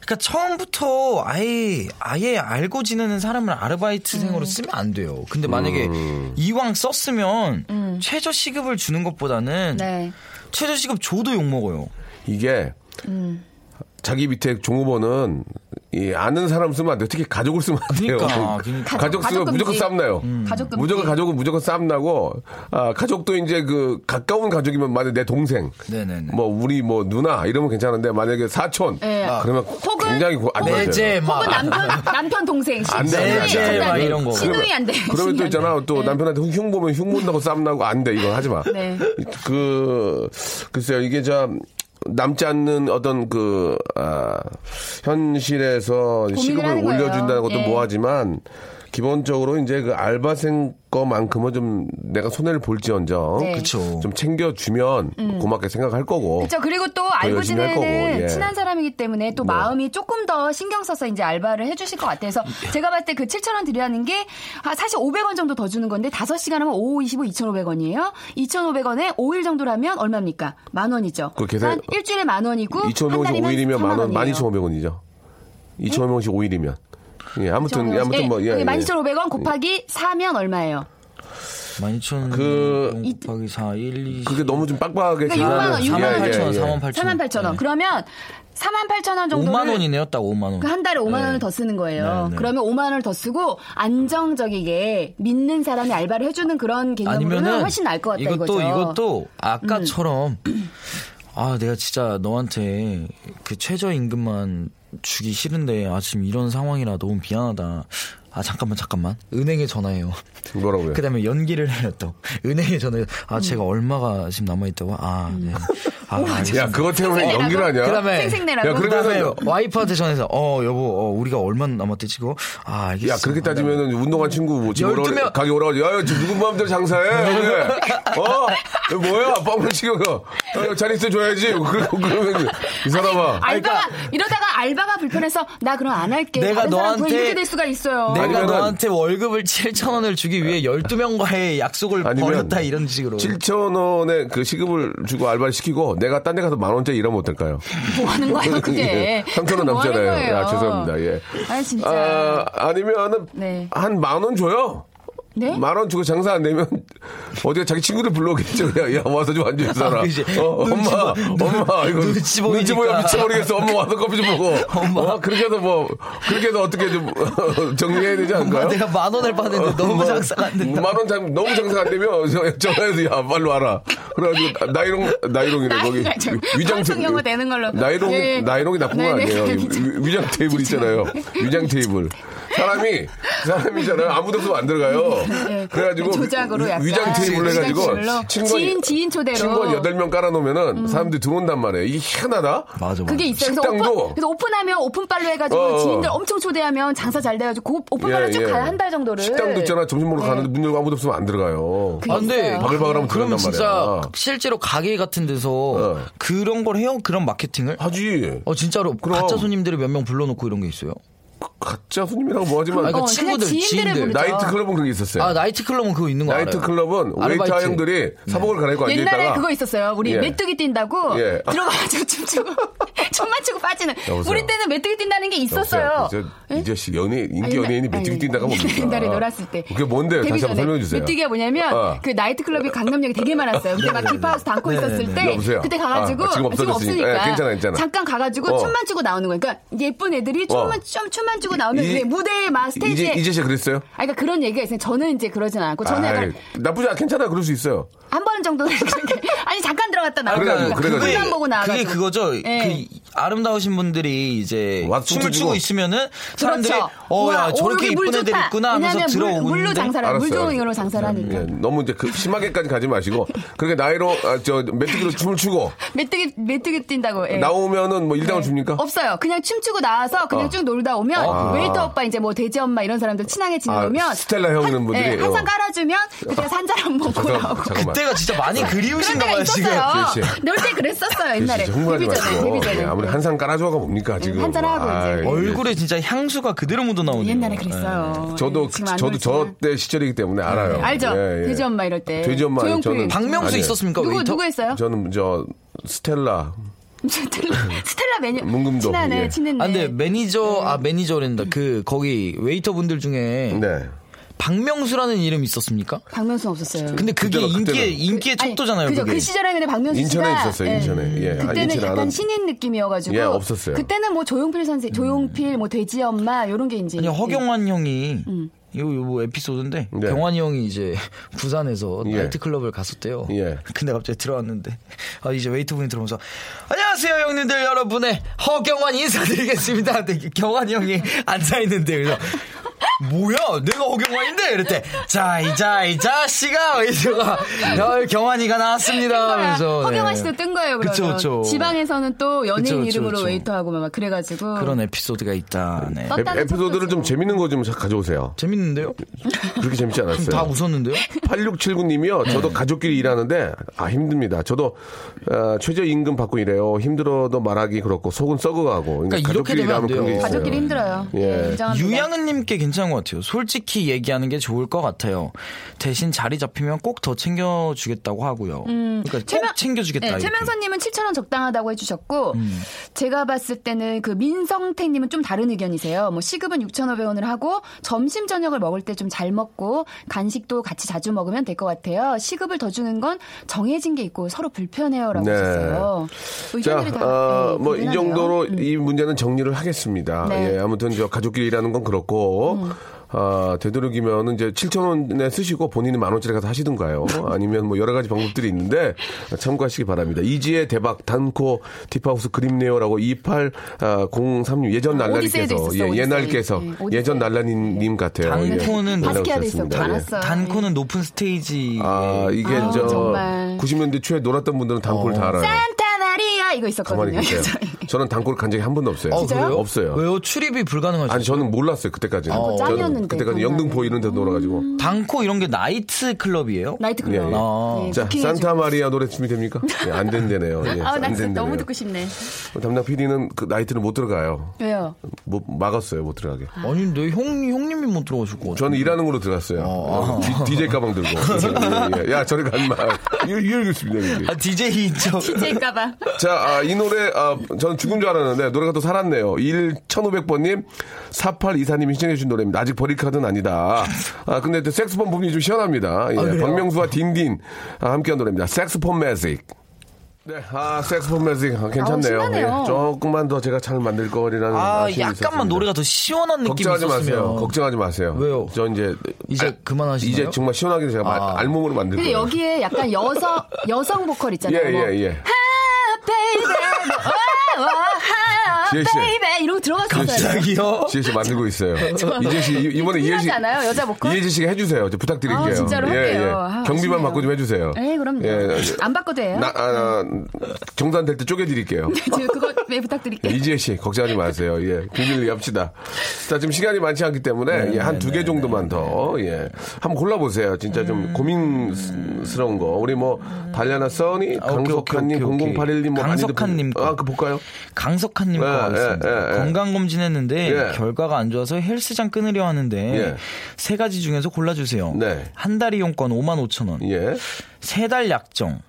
그러니까 처음부터 아예 아예 알고 지내는 사람을
음.
아르바이트생으로 쓰면 안 돼요. 근데 만약에
음.
이왕 썼으면 최저 시급을 주는 것보다는
음. 네.
최저 시급 줘도 욕 먹어요.
이게
음.
자기 밑에 종업원은 이 아는 사람 쓰면 안 돼요. 특히 가족을 쓰면 안 돼요.
그러니까, 그러니까.
가족 쓰면
가족
무조건
금지. 음.
싸움나요. 음.
가족 금지.
무조건 가족은 무조건 싸움나고 아, 가족도 이제 그 가까운 가족이면 만약 내 동생,
네네네.
뭐 우리 뭐 누나 이러면 괜찮은데 만약에 사촌
예.
그러면
혹은-
굉장히 고- 안
혹은-
되죠.
매제 막
혹은 남편 남편 동생
음. 안 돼, 안 돼, 네, 안 돼.
매제 막
그러면-
이런 거.
네, 신우이 안 돼.
그러면
신우이
또
안
있잖아.
돼.
또 남편한테 흉 보면 흉 본다고 싸움 나고 안 돼. 이건 하지 마.
네.
그 글쎄요. 이게 참 남지 않는 어떤 그 아, 현실에서 시급을
하는 거예요.
올려준다는 것도
예.
뭐하지만 기본적으로 이제 그 알바생 거만큼은 좀 내가 손해를 볼지언정
네. 음.
그쵸.
좀 챙겨주면 고맙게 생각할 거고.
그렇죠. 그리고 또 알고
열심히 할
지내는
거고, 예. 네.
친한 사람이기 때문에 또 마음이 조금 더 신경 써서 이제 알바를 해주실 것 같아서 제가 봤을 때 그 7천 원 드리라는 게 아, 사실 500원 정도 더 주는 건데 5시간 하면 5, 25, 2,500원이에요. 2,500원에 5일 정도라면 얼마입니까? 만 원이죠.
그 계산-
한 일주일에 만 원이고 한
2,500원씩
달이면
5일이면 만 원,
3만
12,500원이죠. 2,500원씩 5일이면. 예, 아무튼, 예, 아무튼 뭐, 예. 예.
12,500원 곱하기 4면 얼마예요?
12,000
그-
곱하기 4, 1, 2,
그게 너무 좀 빡빡하게
그러니까 육만 원,
계산하는-
육만 원
예, 예,
48,000원,
예.
48,000원.
48,000원. 그러면 48,000원 정도를
5만 원이네요, 딱 5만 원.
그 한 달에 5만 원을 더 쓰는 거예요.
네, 네.
그러면 5만 원을 더 쓰고 안정적이게 믿는 사람이 알바를 해주는 그런 개념으로는
아니면은
훨씬 나을 것 같다
이것도
이거죠. 음.
이것도 아까처럼 아 내가 진짜 너한테 그 최저 임금만 주기 싫은데 아 지금 이런 상황이라 너무 미안하다. 아 잠깐만 잠깐만 은행에 전화해요.
뭐라고요?
음.
그다음에 연기를 해요 또 은행에 전화해요. 아 제가 얼마가 지금 남아 있다고. 아 네. 아, 알겠습니다.
야, 그것 때문에
선생님이라고?
연기를 하냐?
그다음에
생생내라고?
야, 그러면서
그다음에 와이프한테 전해서 어 여보 어, 우리가 얼마 남았대 지금 아 알겠어
야, 그렇게 따지면은 운동한 친구 뭐 지금
열두
오라
명.
가게 오라고 야, 야, 지금 누구 마음대로 장사해. 그래. 어? 이거 뭐야? 빵을 치고 가. 야, 자리 있어 줘야지. 뭐 그러고 그러면 이 사람아.
알바가 이러다가 알바가 불편해서 나 그럼 안 할게.
내가
다른 사람
너한테-
구해 이렇게 될 수가 있어요.
내가
아니면은-
너한테 월급을 7천 원을 주기 위해 12명과의 약속을
아니면
버렸다 이런 식으로
7천 원에 그 시급을 주고 알바를 시키고 내가 딴 데 가서 만 원짜리 일하면 어떨까요?
뭐 하는 거야 그게?
3천 원
뭐 하는
예. 남잖아요.
거예요?
야, 죄송합니다. 예.
아 진짜.
아, 아니면은
네.
한 만 원 줘요.
네?
만 원 주고 장사 안 되면 어제 자기 친구들 불러오겠죠. 야, 야 와서 좀 앉아 있어라.
아, 그치.
어,
눈치
엄마,
보-
엄마 이거
눈치 보이니까.
눈치 보여 미쳐버리겠어. 엄마 와서 커피 좀 먹어.
엄마.
어, 그렇게 해서 뭐 그렇게 해서 어떻게 좀 정리해야 되지 않을까요?
아, 내가 만 원을
어,
받는데
뭐,
너무 장사가 안 된다
만원 장, 너무 장사 안 되면 저- 전화해서 야 빨리 와라. 그래가지고 나- 나이롱 나이롱이래 거기
나이롱, 저-
위장
방송 용어 되는 걸로.
나이롱
예.
나이롱이 나쁜 거
네네.
아니에요. 위- 위장 테이블 있잖아요. 위장 테이블. 사람이 사람이잖아요. 아무도 그안 들어가요. 그래가지고
네, 조작으로
위-
약간 아,
위장 테이블
위장
해가지고
테이블로.
친구 한-
지인, 지인 초대로. 음.
친구 한 여덟 명 깔아놓으면은 사람들이 들어온단 말이에요. 이게 희한하다.
맞아
그게 있어요. 그래서
식당도-
오픈, 그래서 오픈하면 오픈빨로 해가지고
어, 어.
지인들 엄청 초대하면 장사 잘 돼가지고 그 오픈빨로 쭉 가야 한 달 정도를.
예,
네.
식당도 있잖아. 점심 먹으러 가는데 문 열고 아무도 없으면 안 들어가요.
그게
안돼
있어요.
바글바글하면
아, 그러면
들어간단
진짜
말이야. 네.
실제로 가게 같은 데서 그런 걸 해요 그런 마케팅을
아, 하지.
어 진짜로
그럼.
가짜 손님들을 몇 명 불러놓고 이런 게 있어요
가짜 손님이라고 뭐하지만 그러니까
아니, 그러니까
어,
친구들,
그냥 지인들을
지인들.
부르죠.
나이트 클럽은 그게 있었어요.
아 나이트 클럽은 그거 있는 거 알아요
네. 나이트 클럽은
아르바이트.
웨이터 형들이 사복을 갈아입고 앉아
네. 옛날에
있다가
그거 있었어요. 우리
예.
메뚜기 뛴다고
예.
들어가가지고 춤추고 춤만 추고 빠지는.
여보세요?
우리 때는 메뚜기 뛴다는 게 있었어요.
여보세요? 저,
예?
이 자식 연예인,
아,
인기
옛날-
연예인이
아니,
메뚜기 뛴다가 뭡니까?
옛날에 놀았을 때.
그게 뭔데요?
데뷔
다시 한번
전에
설명해 주세요.
메뚜기가 뭐냐면
어. 네.
그 나이트클럽이 강남역에 되게 많았어요. 그때 막 기파하우스 담고
네,
있었을 때
여보세요?
그때 가가지고
아, 지금 없어졌으니까.
없으니까
예, 괜찮아, 괜찮아.
잠깐 가가지고
어.
춤만 추고 나오는 거예요. 그러니까 예쁜 애들이 춤만
어.
춤, 춤만 추고 나오면
이-
그 무대에 막 스테이지에
이제 이제 씨 그랬어요?
아, 그러니까 그런 얘기가 있어요. 저는 이제 그러진 않았고 저는
아이,
약간
나쁘지 않 괜찮아 그럴 수 있어요.
한 번 정도는 그렇게 아니 잠깐 들어갔다
그래가지고,
나왔다
그래가지고.
그만 보고 나와가지고
그게 그거죠.
예.
그 아름다우신 분들이 이제
와서
춤을
춤추고.
추고 있으면은 사람들이
그렇죠.
어
우와,
야
오,
저렇게
여기 물
이쁜 애들
좋다.
있구나 하면서
왜냐하면 물-
들어오는데
물로 장사를 물
알았어요.
좋은 으로 장사를
예,
하니까
너무 이제 그 심하게까지 가지 마시고 그렇게 나이로 아, 저 메뚜기로 춤을 추고
메뚜기 메뚜기 뛴다고 예. 네.
나오면은 뭐 일당을 줍니까?
없어요. 그냥 춤추고 나와서 그냥
어.
쭉 놀다 오면
아.
웨이터 오빠 이제 뭐 돼지 엄마 이런 사람들 친하게 지내면
아, 스텔라 형 있는 분들이,
예, 항상
어.
깔아주면 그때 산자람 먹고
잠깐만,
나오고
잠깐만.
그때가 진짜 많이
그런
그리우신가
때가
봐요 지금.
있었어요.
지혜 씨.
놀 때 그랬었어요 옛날에
진짜 흥분하지
데뷔 전에
마시고
데뷔 전에
예, 아무리
예.
한상 깔아줘가 뭡니까 지금
한잔하고 이제.
아이,
얼굴에 진짜 향수가 그대로 묻어 나오네요.
옛날에 그랬어요.
저도
예, 지금 안
저도 저
그렇지만.
때 시절이기 때문에 알아요.
알죠?
예, 예.
돼지 엄마 이럴 때.
돼지 엄마
조용필.
저는
박명수
아니에요.
있었습니까?
누구
웨이터?
누구 했어요?
저는 저 스텔라
스텔라, 스텔라 매니
문금도,
친하네
예.
친했네.
아, 근데 매니저 아 매니저랜다. 그 거기 웨이터 분들 중에
네.
박명수라는 이름 있었습니까?
박명수 없었어요.
근데 그게
그때는,
인기 의
그때는.
인기의
아니,
척도잖아요.
그죠?
그게.
그 시절에 근데 박명수 씨가 음,
인천에 있었어요, 인천에. 예, 아,
그때는
인천에
약간
안 왔-
신인 느낌이어가지고.
예, 없었어요. 음.
그때는 뭐 조용필 선생, 조용필, 뭐 돼지 엄마 이런 게 이제.
아니 허경환 형이
음.
이거 뭐 에피소드인데
네.
경환이 형이 이제 부산에서
예.
나이트 클럽을 갔었대요.
예.
근데 갑자기 들어왔는데 아 이제 웨이터분이 들어오면서 안녕하세요 형님들 여러분의 허경환 인사드리겠습니다. 근데 경환이 형이 앉아 있는데 그래서 뭐야 내가 허경환인데 이랬대 자이자 이 자식아 이제가 경환이가 나왔습니다 하면서
허경환
네.
씨도 뜬 거예요, 그러면.
그쵸, 그쵸.
지방에서는 또 연예인
그쵸, 그쵸,
이름으로
그쵸.
웨이터하고 막 그래가지고.
그런 에피소드가 있다. 네.
떴-
에,
딴
에피소드를
척도지.
좀 재밌는 거 좀 가져오세요.
재밌는데요?
그렇게 재밌지
다
않았어요.
웃었는데요? 네.
8679님이요. 저도 가족끼리 일하는데 아 힘듭니다. 저도 어, 최저임금 받고 일해요. 힘들어도 말하기 그렇고 속은 썩어가고. 그러니까,
그러니까 이렇게
가족끼리
되면
일하면
안
그런 게
돼요.
있어요.
가족끼리 힘들어요.
예.
예, 인정합니다.
유양은님께 괜찮은 것 같아요. 솔직히 얘기하는 게 좋을 것 같아요. 대신 자리 잡히면 꼭 더 챙겨주겠다고 하고요. 그러니까 꼭 챙겨주겠다.
음, 네,
이렇게.
최명선님은 7,000원 적당하다고 해주셨고,
음.
제가 봤을 때는 그 민성택님은 좀 다른 의견이세요. 뭐 시급은 6,500원을 하고, 점심, 저녁을 먹을 때 좀 잘 먹고, 간식도 같이 자주 먹으면 될 것 같아요. 시급을 더 주는 건 정해진 게 있고, 서로 불편해요. 라고
네.
하셨어요.
자,
의견들이 다.
어,
네,
뭐, 이
분분하네요.
정도로 이 문제는 정리를 하겠습니다.
네. 음.
예, 아무튼 저 가족끼리 일하는 건 그렇고, 아, 되도록이면 이제 7,000원에 쓰시고 본인이 만원짜리 가서 하시든가요. 아니면 뭐 여러 가지 방법들이 있는데 참고하시기 바랍니다. 이지의 대박, 단코, 딥하우스 그립네요라고 2803님, 예전
오디세이도
날라리께서,
있었어,
예,
오디세이.
옛날께서,
예, 오디세이. 네.
예전 날라리님 같아요.
단코는
바스키아도 있었고,
예.
많았어요.
네, 단코는 높은 스테이지.
아, 이게
아,
저
정말.
어.
90년대 초에 놀았던 분들은 단코를 다 알아요.
산타나 짜 이거
가만히
있었거든요.
계세요.
저희.
저는 단골 간 적이 한 번도 없어요.
아,
진짜요?
없어요.
왜요? 출입이 불가능하죠.
아니 저는 몰랐어요 그때까지는.
아, 그거 짱이었는데, 네. 음.
그때까지
그거는.
영등포 이런 데 놀아가지고.
단코 이런 게 나이트 클럽이에요?
나이트클럽.
예, 예.
아.
네,
자
부킹해주고.
산타 마리아 노래 준비됩니까? 예, 안 된대네요. 예,
아우
안
나 진짜
된대네요.
너무 듣고 싶네.
담당 PD는 그 나이트를 못 들어가요.
왜요?
뭐 막았어요 못 들어가게.
아닌데 형 형님이 못 들어오셨고.
저는 일하는 걸로 들어갔어요. 디, DJ 가방 들고. 예, 예, 예. 야 저리 간마. 이러겠습니다.
아 DJ 저
제일까봐.
자, 아, 이 노래, 아, 저는 죽은 줄 알았는데, 노래가 또 살았네요. 1500번님, 4824님이 시청해주신 노래입니다. 아직 버릴 카드는 아니다. 아, 근데 또 섹스폰 부분이 좀 시원합니다.
아,
예, 박명수와 딘딘, 아, 함께한 노래입니다. 섹스폰 매직. 네, 아, 섹스폰 매직. 아, 괜찮네요.
아우, 신나네요.
조금만 더 제가 잘 만들 거라는.
아
아쉬움이
약간만
있었습니다.
노래가 더 시원한 느낌이
걱정하지
있었으면.
마세요. 걱정하지 마세요.
왜요?
저 이제. 아,
이제 그만하시나요?
이제 정말 시원하게 제가 마-
아.
알몸으로 만들
근데
거예요.
여기에 약간 여성 여성 보컬 있잖아요.
예,
뭐.
예, 예.
하 베이베 뭐, 와, 와, 하
지혜 씨.
베이베 이러고 들어갔었어요.
자기요?
지혜 씨 만들고 있어요. 이재 씨 이- 이번에 이혜
흔하지
씨
않아요 여자 보컬?
이혜진 씨가 해주세요. 저 부탁드릴게요. 예,
아, 진짜로 할게요. 아,
경비만
아쉽네요.
받고 좀 해주세요.
예, 그럼요.
예,
안 바꿔도 돼요.
나, 아, 정산 될 때 쪼개드릴게요.
지금 그거 왜 부탁드릴게요.
이지혜 씨, 걱정하지 마세요. 예, 비밀리 합시다. 자, 지금 시간이 많지 않기 때문에,
네,
예, 한 두 개 정도만 더, 예. 한번 골라보세요. 진짜
음.
좀 고민스러운 거. 우리 뭐, 달려나 써니,
어, 오케이,
강석한님,
오케이, 오케이,
0081님, 뭐, 많이들
강석한님
보- 아, 그 볼까요?
강석한님
예,
거가
예,
있습니다.
예, 예.
건강 검진했는데
예.
결과가 안 좋아서 헬스장 끊으려 하는데
예.
세 가지 중에서 골라주세요.
네.
한 달 이용권 5만 5천 원,
예.
세 달 약정,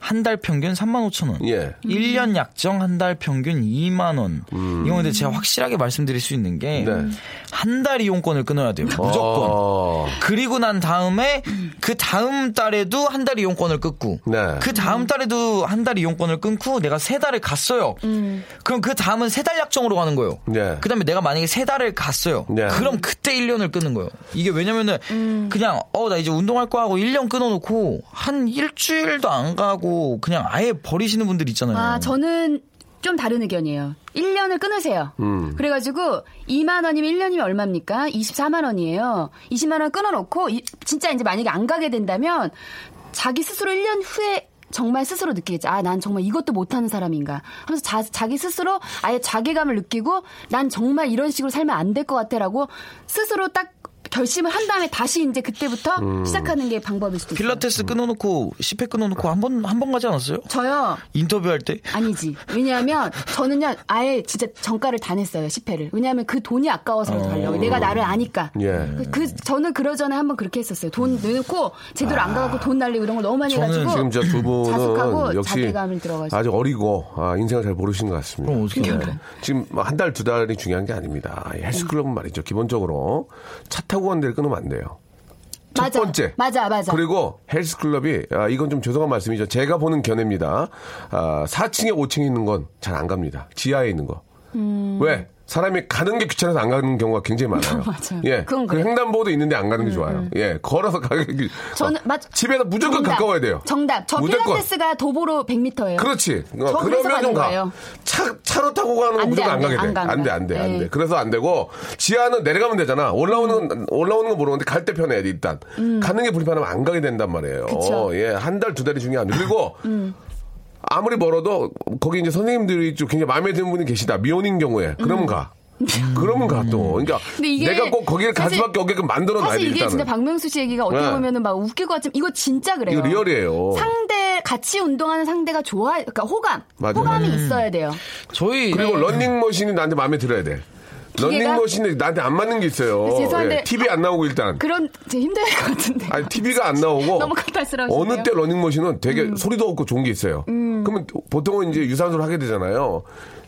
한 달 평균 3만 5천 원.
예.
1년 약정 한 달 평균 2만 원. 이거 근데 제가 확실하게 말씀드릴 수 있는
음.
게
네. 아.
한 달 이용권을 끊어야 돼요. 무조건.
어,
그리고 난 다음에 그 다음 달에도 한 달 이용권을 끊고
네.
그 다음 달에도 한 달 이용권을 끊고 내가 세 달을 갔어요. 그럼 그 다음은 세 달 약정으로 가는 거예요.
네.
그다음에 내가 만약에 세 달을 갔어요.
네.
그럼 그때 1년을 끊는 거예요. 이게 왜냐면은 그냥 어 나 이제 운동할 거 하고 1년 끊어 놓고 한 일주일도 안 가고 그냥 아예 버리시는 분들 있잖아요.
아, 저는 좀 다른 의견이에요. 1년을 끊으세요. 그래가지고 2만 원이면 1년이면 얼마입니까? 24만 원이에요. 20만 원 끊어놓고 이- 진짜 이제 만약에 안 가게 된다면 자기 스스로 1년 후에 정말 스스로 느끼겠지. 아, 난 정말 이것도 못하는 사람인가. 하면서 자, 자기 스스로 아예 자괴감을 느끼고 난 정말 이런 식으로 살면 안 될 것 같아라고 스스로 딱 결심을 한 다음에 다시 이제 그때부터 시작하는 게 방법일 수도 있어요.
필라테스 끊어 놓고 10회 끊어 놓고 한 번 한 번 가지 않았어요?
저요.
인터뷰할 때
아니지. 왜냐하면 저는요 아예 진짜 정가를 다 냈어요 10회를. 왜냐하면 그 돈이 아까워서라도 가려고. 내가 나를 아니까.
어. 예.
그, 그- 저는 그러전에 한번 그렇게 했었어요. 돈 내놓고 제대로 안 가고 돈 날리고 이런 걸 너무 많이
저는
해가지고.
지금 아. 저 두 분은
자숙하고
역시
자괴감을 들어가지고.
아직 어리고 아, 인생을 잘 모르시는 것 같습니다.
그럼 어떻게 해요?
네. 지금 한 달 두 달이 중요한 게 아닙니다. 이 헬스클럽은 말이죠. 기본적으로 차 타고 가는 데를 끊으면 안 돼요. 첫
맞아.
번째.
맞아, 맞아.
그리고 헬스클럽이 아, 이건 좀 죄송한 말씀이죠. 제가 보는 견해입니다. 아, 4층에 5층에 있는 건 잘 안 갑니다. 지하에 있는 거. 왜? 사람이 가는 게 귀찮아서 안 가는 경우가 굉장히 많아요.
음. 맞아요.
예.
그건
그
그래요. 음,
횡단보도 있는데 안 가는 게 좋아요. 예. 걸어서 가기.
저는 맞-
집에서 무조건
정답.
가까워야 돼요.
정답. 저
무조건.
필라테스가 도보로 100m예요.
그렇지. 어,
저 그래서
그러면 좀
가는
가.
거예요.
차, 차로 타고 가는 건
안 돼,
무조건 안
안
가게
돼,
돼.
안 가, 안
안 돼,
가.
안 돼, 안 돼.
예.
그래서 안 되고, 지하는 내려가면 되잖아. 올라오는,
음.
건- 올라오는 건 모르는데 갈 때 편해, 일단. 가는 게 불편하면 안 가게 된단 말이에요.
그쵸. 음.
예, 한 달, 두 달이 중요합니다. 그리고, 아무리 멀어도 거기 이제 선생님들이 좀 굉장히 마음에 드는 분이 계시다. 미혼인 경우에. 그러면 가. 그러면 가 또. 그러니까
음. 근데 이게
내가 꼭 거기를 갈
사실-
수밖에 없게끔 만들어 놔야 돼
사실 이게
일단은.
진짜 박명수 씨 얘기가 어떻게
네.
보면은 막 웃길 것 같지만 이거 진짜 그래요.
이거 리얼이에요.
상대 같이 운동하는 상대가 좋아, 그러니까 호감,
맞아요.
호감이
음.
있어야 돼요.
저희
그리고 런닝머신이 나한테 마음에 들어야 돼.
기계가?
런닝머신이 나한테 안 맞는 게 있어요.
죄송한데-
예, TV 안 나오고 일단.
그런 제 힘들 것 같은데.
아니 TV가 안 나오고
너무 감탄스러우시네요. 음.
어느 때 러닝머신은 되게 소리도 없고 좋은 게 있어요. 그러면 보통은 이제 유산소를 하게 되잖아요.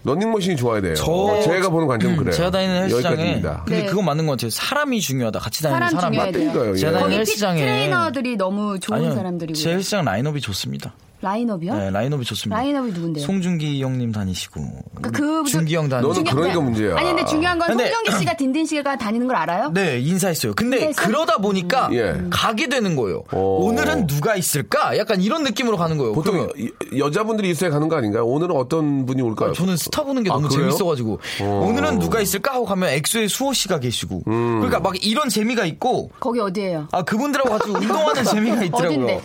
러닝머신이 좋아야 돼요. 어,
저- 음,
제가 보는 관점은 그래요.
제가 다니는 헬스장에
여기까지입니다.
근데
네.
그건 맞는 것 같아요. 사람이 중요하다. 같이 다니는
사람
사람.
중요해야 돼요.
그러니까요.
제가
예.
거기
다니는
피-
헬스장에
트레이너들이 너무 좋은
아니요,
사람들이고
제 헬스장 라인업이 좋습니다.
라인업이요?
네, 라인업이 좋습니다.
라인업이 누군데요?
송중기 형님 다니시고
그-
준기 형 다니시고
너는
중요한-
그러니까 문제야.
아니 근데 중요한 건
근데-
송경기 씨가 딘딘 씨가 다니는 걸 알아요?
네, 인사했어요. 근데
인사했어요? 음.
그러다 보니까
예.
가게 되는 거예요.
오.
오늘은 누가 있을까? 약간 이런 느낌으로 가는 거예요.
보통
그러면
여- 여자분들이 있어야 가는 거 아닌가요? 오늘은 어떤 분이 올까요?
저는 스타 보는 게
아,
너무
그래요?
재밌어가지고 오늘은 누가 있을까 하고 가면 엑소의 수호 씨가 계시고
음.
그러니까 막 이런 재미가 있고
거기 어디예요?
아 그분들하고 같이 운동하는 재미가 있더라고요.
어딘데?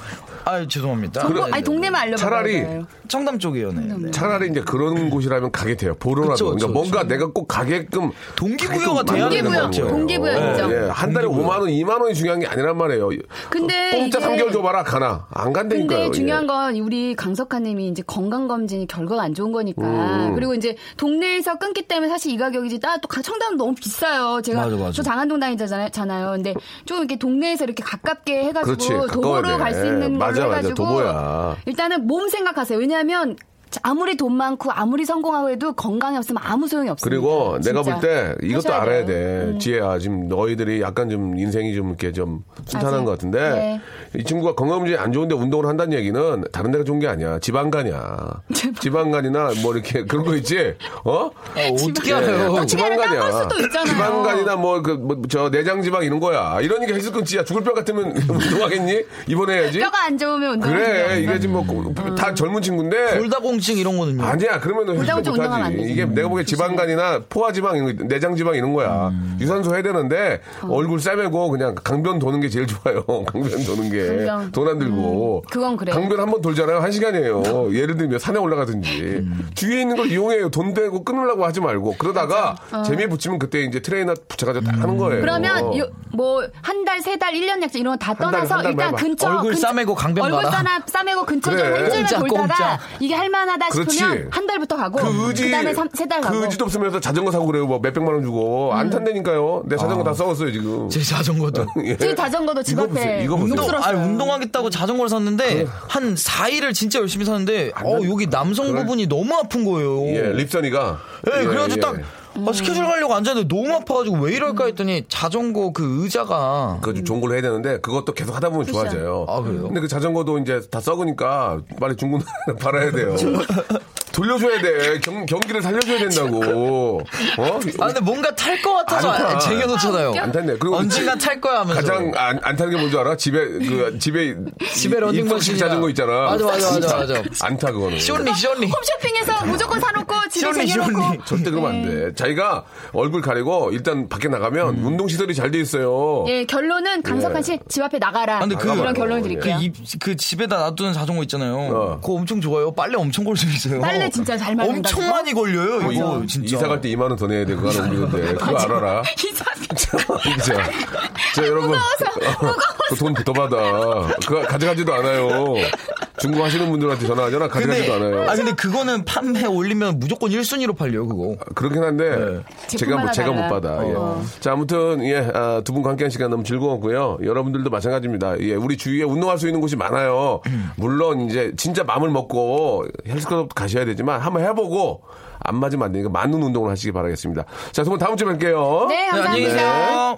아 죄송합니다.
정보,
네,
아니
네.
동네만 알려봐.
차라리
청담 쪽이에요. 네. 네.
차라리 이제 그런 곳이라면 가게 돼요. 보러라도.
그쵸,
그러니까
그쵸,
뭔가
그쵸.
내가 꼭 가게끔
동기부여가
가게끔
돼야
만드는
되는
거죠.
거죠.
동기부여
예,
인정.
예, 한 달에 5만 원, 2만 원이 중요한 게 아니란 말이에요.
근데
공짜
네, 이게-
3개월 줘봐라 가나 안 간다니까요.
근데
예.
중요한 건 우리 강석하님이 이제 건강 검진이 결과가 안 좋은 거니까
음.
그리고 이제 동네에서 끊기 때문에 사실 이 가격이지 따또 청담은 너무 비싸요. 제가
맞아, 맞아.
저 장안동 다니잖아요. 근데 좀 이렇게 동네에서 이렇게 가깝게 해가지고
그렇지, 가까워야 돼.
도보로 갈 수 있는 걸로
맞아, 맞아.
해가지고
도보야.
일단은 몸 생각하세요. 왜냐하면 자, 아무리 돈 많고 아무리 성공하고 해도 건강이 없으면 아무 소용이 없습니다.
그리고 내가 볼 때
진짜.
이것도
하셔야
알아야
돼요. 음.
돼. 지혜야, 지금 너희들이 약간 좀 인생이 좀 이렇게 좀 순탄한
아직.
것 같은데
네.
이 친구가 건강문제 안 좋은데 운동을 한다는 얘기는 다른 데가 좋은 게 아니야. 지방간이야. 지방간이나 뭐 이렇게 그런 거 있지? 어?
네,
아, 어떻게 알아요?
어떻게 알아요? 딴걸 수도 있잖아요.
지방간이나 뭐 그 뭐 저 내장 지방 이런 거야. 이러니까 헬스근치야. 죽을 뼈 같으면 운동하겠니? 입원해야지.
뼈가 안 좋으면 운동
그래 이게 지금 뭐다 젊은 친구인데
골다공증 이런 거는요.
아니야 그러면 헬스
음. 골다공증 운동하면 안
못하지
되지.
이게 내가 보기에 지방간이나 포화지방 이런 거, 내장지방 이런 거야
음.
유산소 해야 되는데
어.
얼굴 싸매고 그냥 강변 도는 게 제일 좋아요 강변 도는 게
강변.
돈 안 들고
음, 그건 그래.
강변 한 번 돌잖아요 한 시간이에요 예를 들면 산에 올라가든지
음.
주위에 있는 걸 이용해요 돈 대고 끊으려고 하지 말고 그러다가 재미에 붙이면 그때 이제 트레이너 붙여가지고 딱 하는 거예요
어. 그러면
어.
뭐 한 달 세 달 일 년 약자 이런 거 다
달,
떠나서
한달
일단
말만.
근처
뭐 얼굴
근처-
싸매고 강변
얼굴
봐라.
싸나 싸매고 근처 좀
그래.
한
꼼짝,
줄만 돌다가
꼼짝.
이게 할 만하다 싶으면
그렇지.
한 달부터 가고
그
그
의지,
다음에 세 달 가고 음.
그 의지도 없으면서 자전거 사고 그래요. 뭐 몇백만 원 주고. 안 탄다니까요. 내
아.
자전거 다 써왔어요, 지금.
제 자전거도.
예.
저희 자전거도 집
이거
앞에
보세요, 이거 보세요.
운동, 아
욕스러웠어요.
운동하겠다고 자전거를 샀는데 한 4일을 진짜 열심히 샀는데 어 여기 남성 부분이 너무 아픈 거예요.
예,
예,
립선이가.
그래가지고
예,
딱
예.
아, 스케줄 가려고 앉았는데 너무 아파가지고 왜 이럴까
음.
했더니 자전거 그 의자가
그거 좀 좋은 걸로 해야 되는데 그것도 계속 하다 보면 좋아져요.
아, 그래요?
근데 그 자전거도 이제 다 썩으니까 빨리 중고나 팔아야 돼요. 돌려줘야 돼. 경, 경기를 살려줘야 된다고. 어?
아 근데 뭔가 탈 것
안 타.
같아서 쟁여놓잖아요.
안 탔네. 그리고
언젠가 탈 거야 하면서.
가장 안, 안 타는 게 뭔지 알아? 집에, 그, 집에.
집에
입속식
런닝머신이나-
자전거 있잖아.
맞아, 맞아, 맞아,
진짜
맞아.
안 타, 그거는.
쇼리 쇼리.
홈쇼핑에서 무조건 사놓고 집에
시원해, 시원해.
쟁여놓고
절대 그러면 안 돼. 자기가 얼굴 가리고 일단 밖에 나가면
음.
운동 시설이 잘 돼 있어요.
예 결론은 강석한 씨 집 앞에 나가라
근데 그-
이런 결론을
예.
그,
드릴게요.
입, 그 집에다 놔두는 자전거 있잖아요.
어.
그거 엄청 좋아요. 빨래 엄청 걸 수 있어요.
빨래 진짜 잘 말린다,
엄청
그거?
많이 걸려요.
뭐
이거
이-
아, 진짜.
이사 갈 때 2만 원 더 내야 돼. 그거 하나 올리는데. 그거 알아라.
이사
진짜. 자, 여러분. 그 돈 더 받아. 그거 가져가지도 않아요. 중고 하시는 분들한테 전화하잖아. 가져가지도 않아요.
아 근데 그거는 판매 올리면 무조건 1순위로 팔려요 그거.
그렇긴
네.
한데 제가 못-
제품만
제가 못
하다가.
받아. 예. 자 아무튼 예두 분과 함께한 시간 너무 즐거웠고요. 여러분들도 마찬가지입니다. 예, 우리 주위에 운동할 수 있는 곳이 많아요. 물론 이제 진짜 마음을 먹고 헬스클럽 가셔야 되지만 한번 해보고 안 맞으면 안 되니까 많은 운동을 하시기 바라겠습니다. 자두 분 다음 주에 뵐게요.
네
네, 안녕히
감사합니다.
계세요.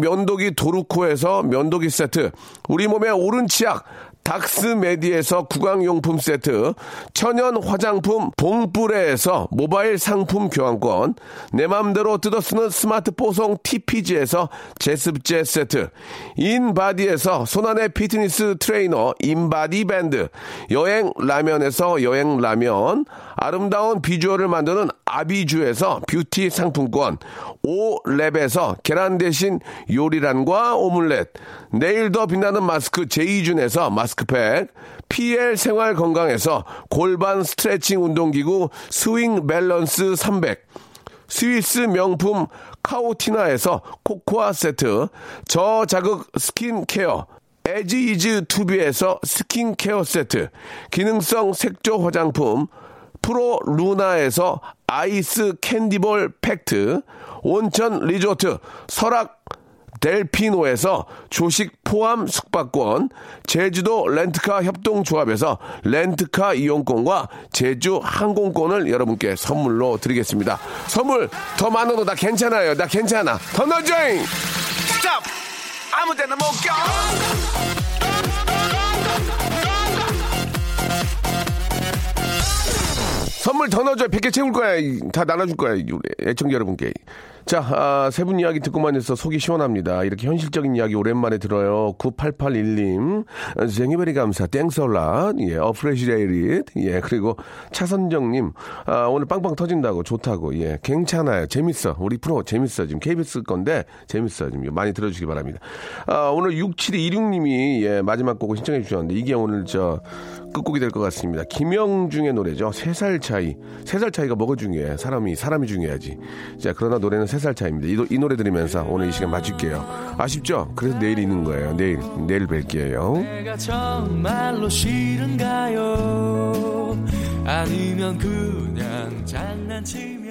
면도기 도루코에서 면도기 세트, 우리 몸의 오른 치약 닥스메디에서 구강용품 세트, 천연 화장품 봉뿌레에서 모바일 상품 교환권, 내 맘대로 뜯어 쓰는 스마트 뽀송 TPG에서 제습제 세트, 인바디에서 손안의 피트니스 트레이너 인바디 밴드, 여행 라면에서 여행 라면, 아름다운 비주얼을 만드는 아비주에서 뷰티 상품권, 오랩에서 계란 대신 요리란과 오믈렛, 내일 더 빛나는 마스크 제이준에서 마스크팩, PL 생활 건강에서 골반 스트레칭 운동기구 스윙 밸런스 300, 스위스 명품 카오티나에서 코코아 세트, 저자극 스킨케어, 에지이즈 투비에서 스킨케어 세트, 기능성 색조 화장품, 프로 루나에서 아이스 캔디볼 팩트, 온천 리조트 설악 델피노에서 조식 포함 숙박권, 제주도 렌트카 협동조합에서 렌트카 이용권과 제주 항공권을 여러분께 선물로 드리겠습니다. 선물 더 많아도 나 괜찮아요. 나 괜찮아. 더 넣어줘잉!
스탑! 아무 데나 못 껴!
선물 더 넣어줘요. 100개 채울 거야. 이, 다 나눠줄 거야. 이 우리 애청자 여러분께. 자, 아, 세 분 이야기 듣고만 해서 속이 시원합니다. 이렇게 현실적인 이야기 오랜만에 들어요. 9881님, 생이베리 감사, 땡설라, 예, 어프레시레이릿, 예, 그리고 차선정님, 아, 오늘 빵빵 터진다고, 좋다고, 예, 괜찮아요. 재밌어. 우리 프로 재밌어. 지금 KBS 건데, 재밌어. 지금 많이 들어주시기 바랍니다. 아, 오늘 6726님이, 예, 마지막 곡을 신청해 주셨는데, 이게 오늘 저, 끝곡이 될 것 같습니다. 김영중의 노래죠. 세 살 차이. 세 살 차이가 뭐가 중요해. 사람이, 사람이 중요하지. 자, 그러나 노래는 세 살 차이입니다. 이, 노- 이 노래 들으면서 오늘 이 시간 마칠게요. 아쉽죠? 그래서 내일 있는 거예요. 내일, 내일 뵐게요.
내가 정말로 싫은가요? 아니면 그냥 장난치면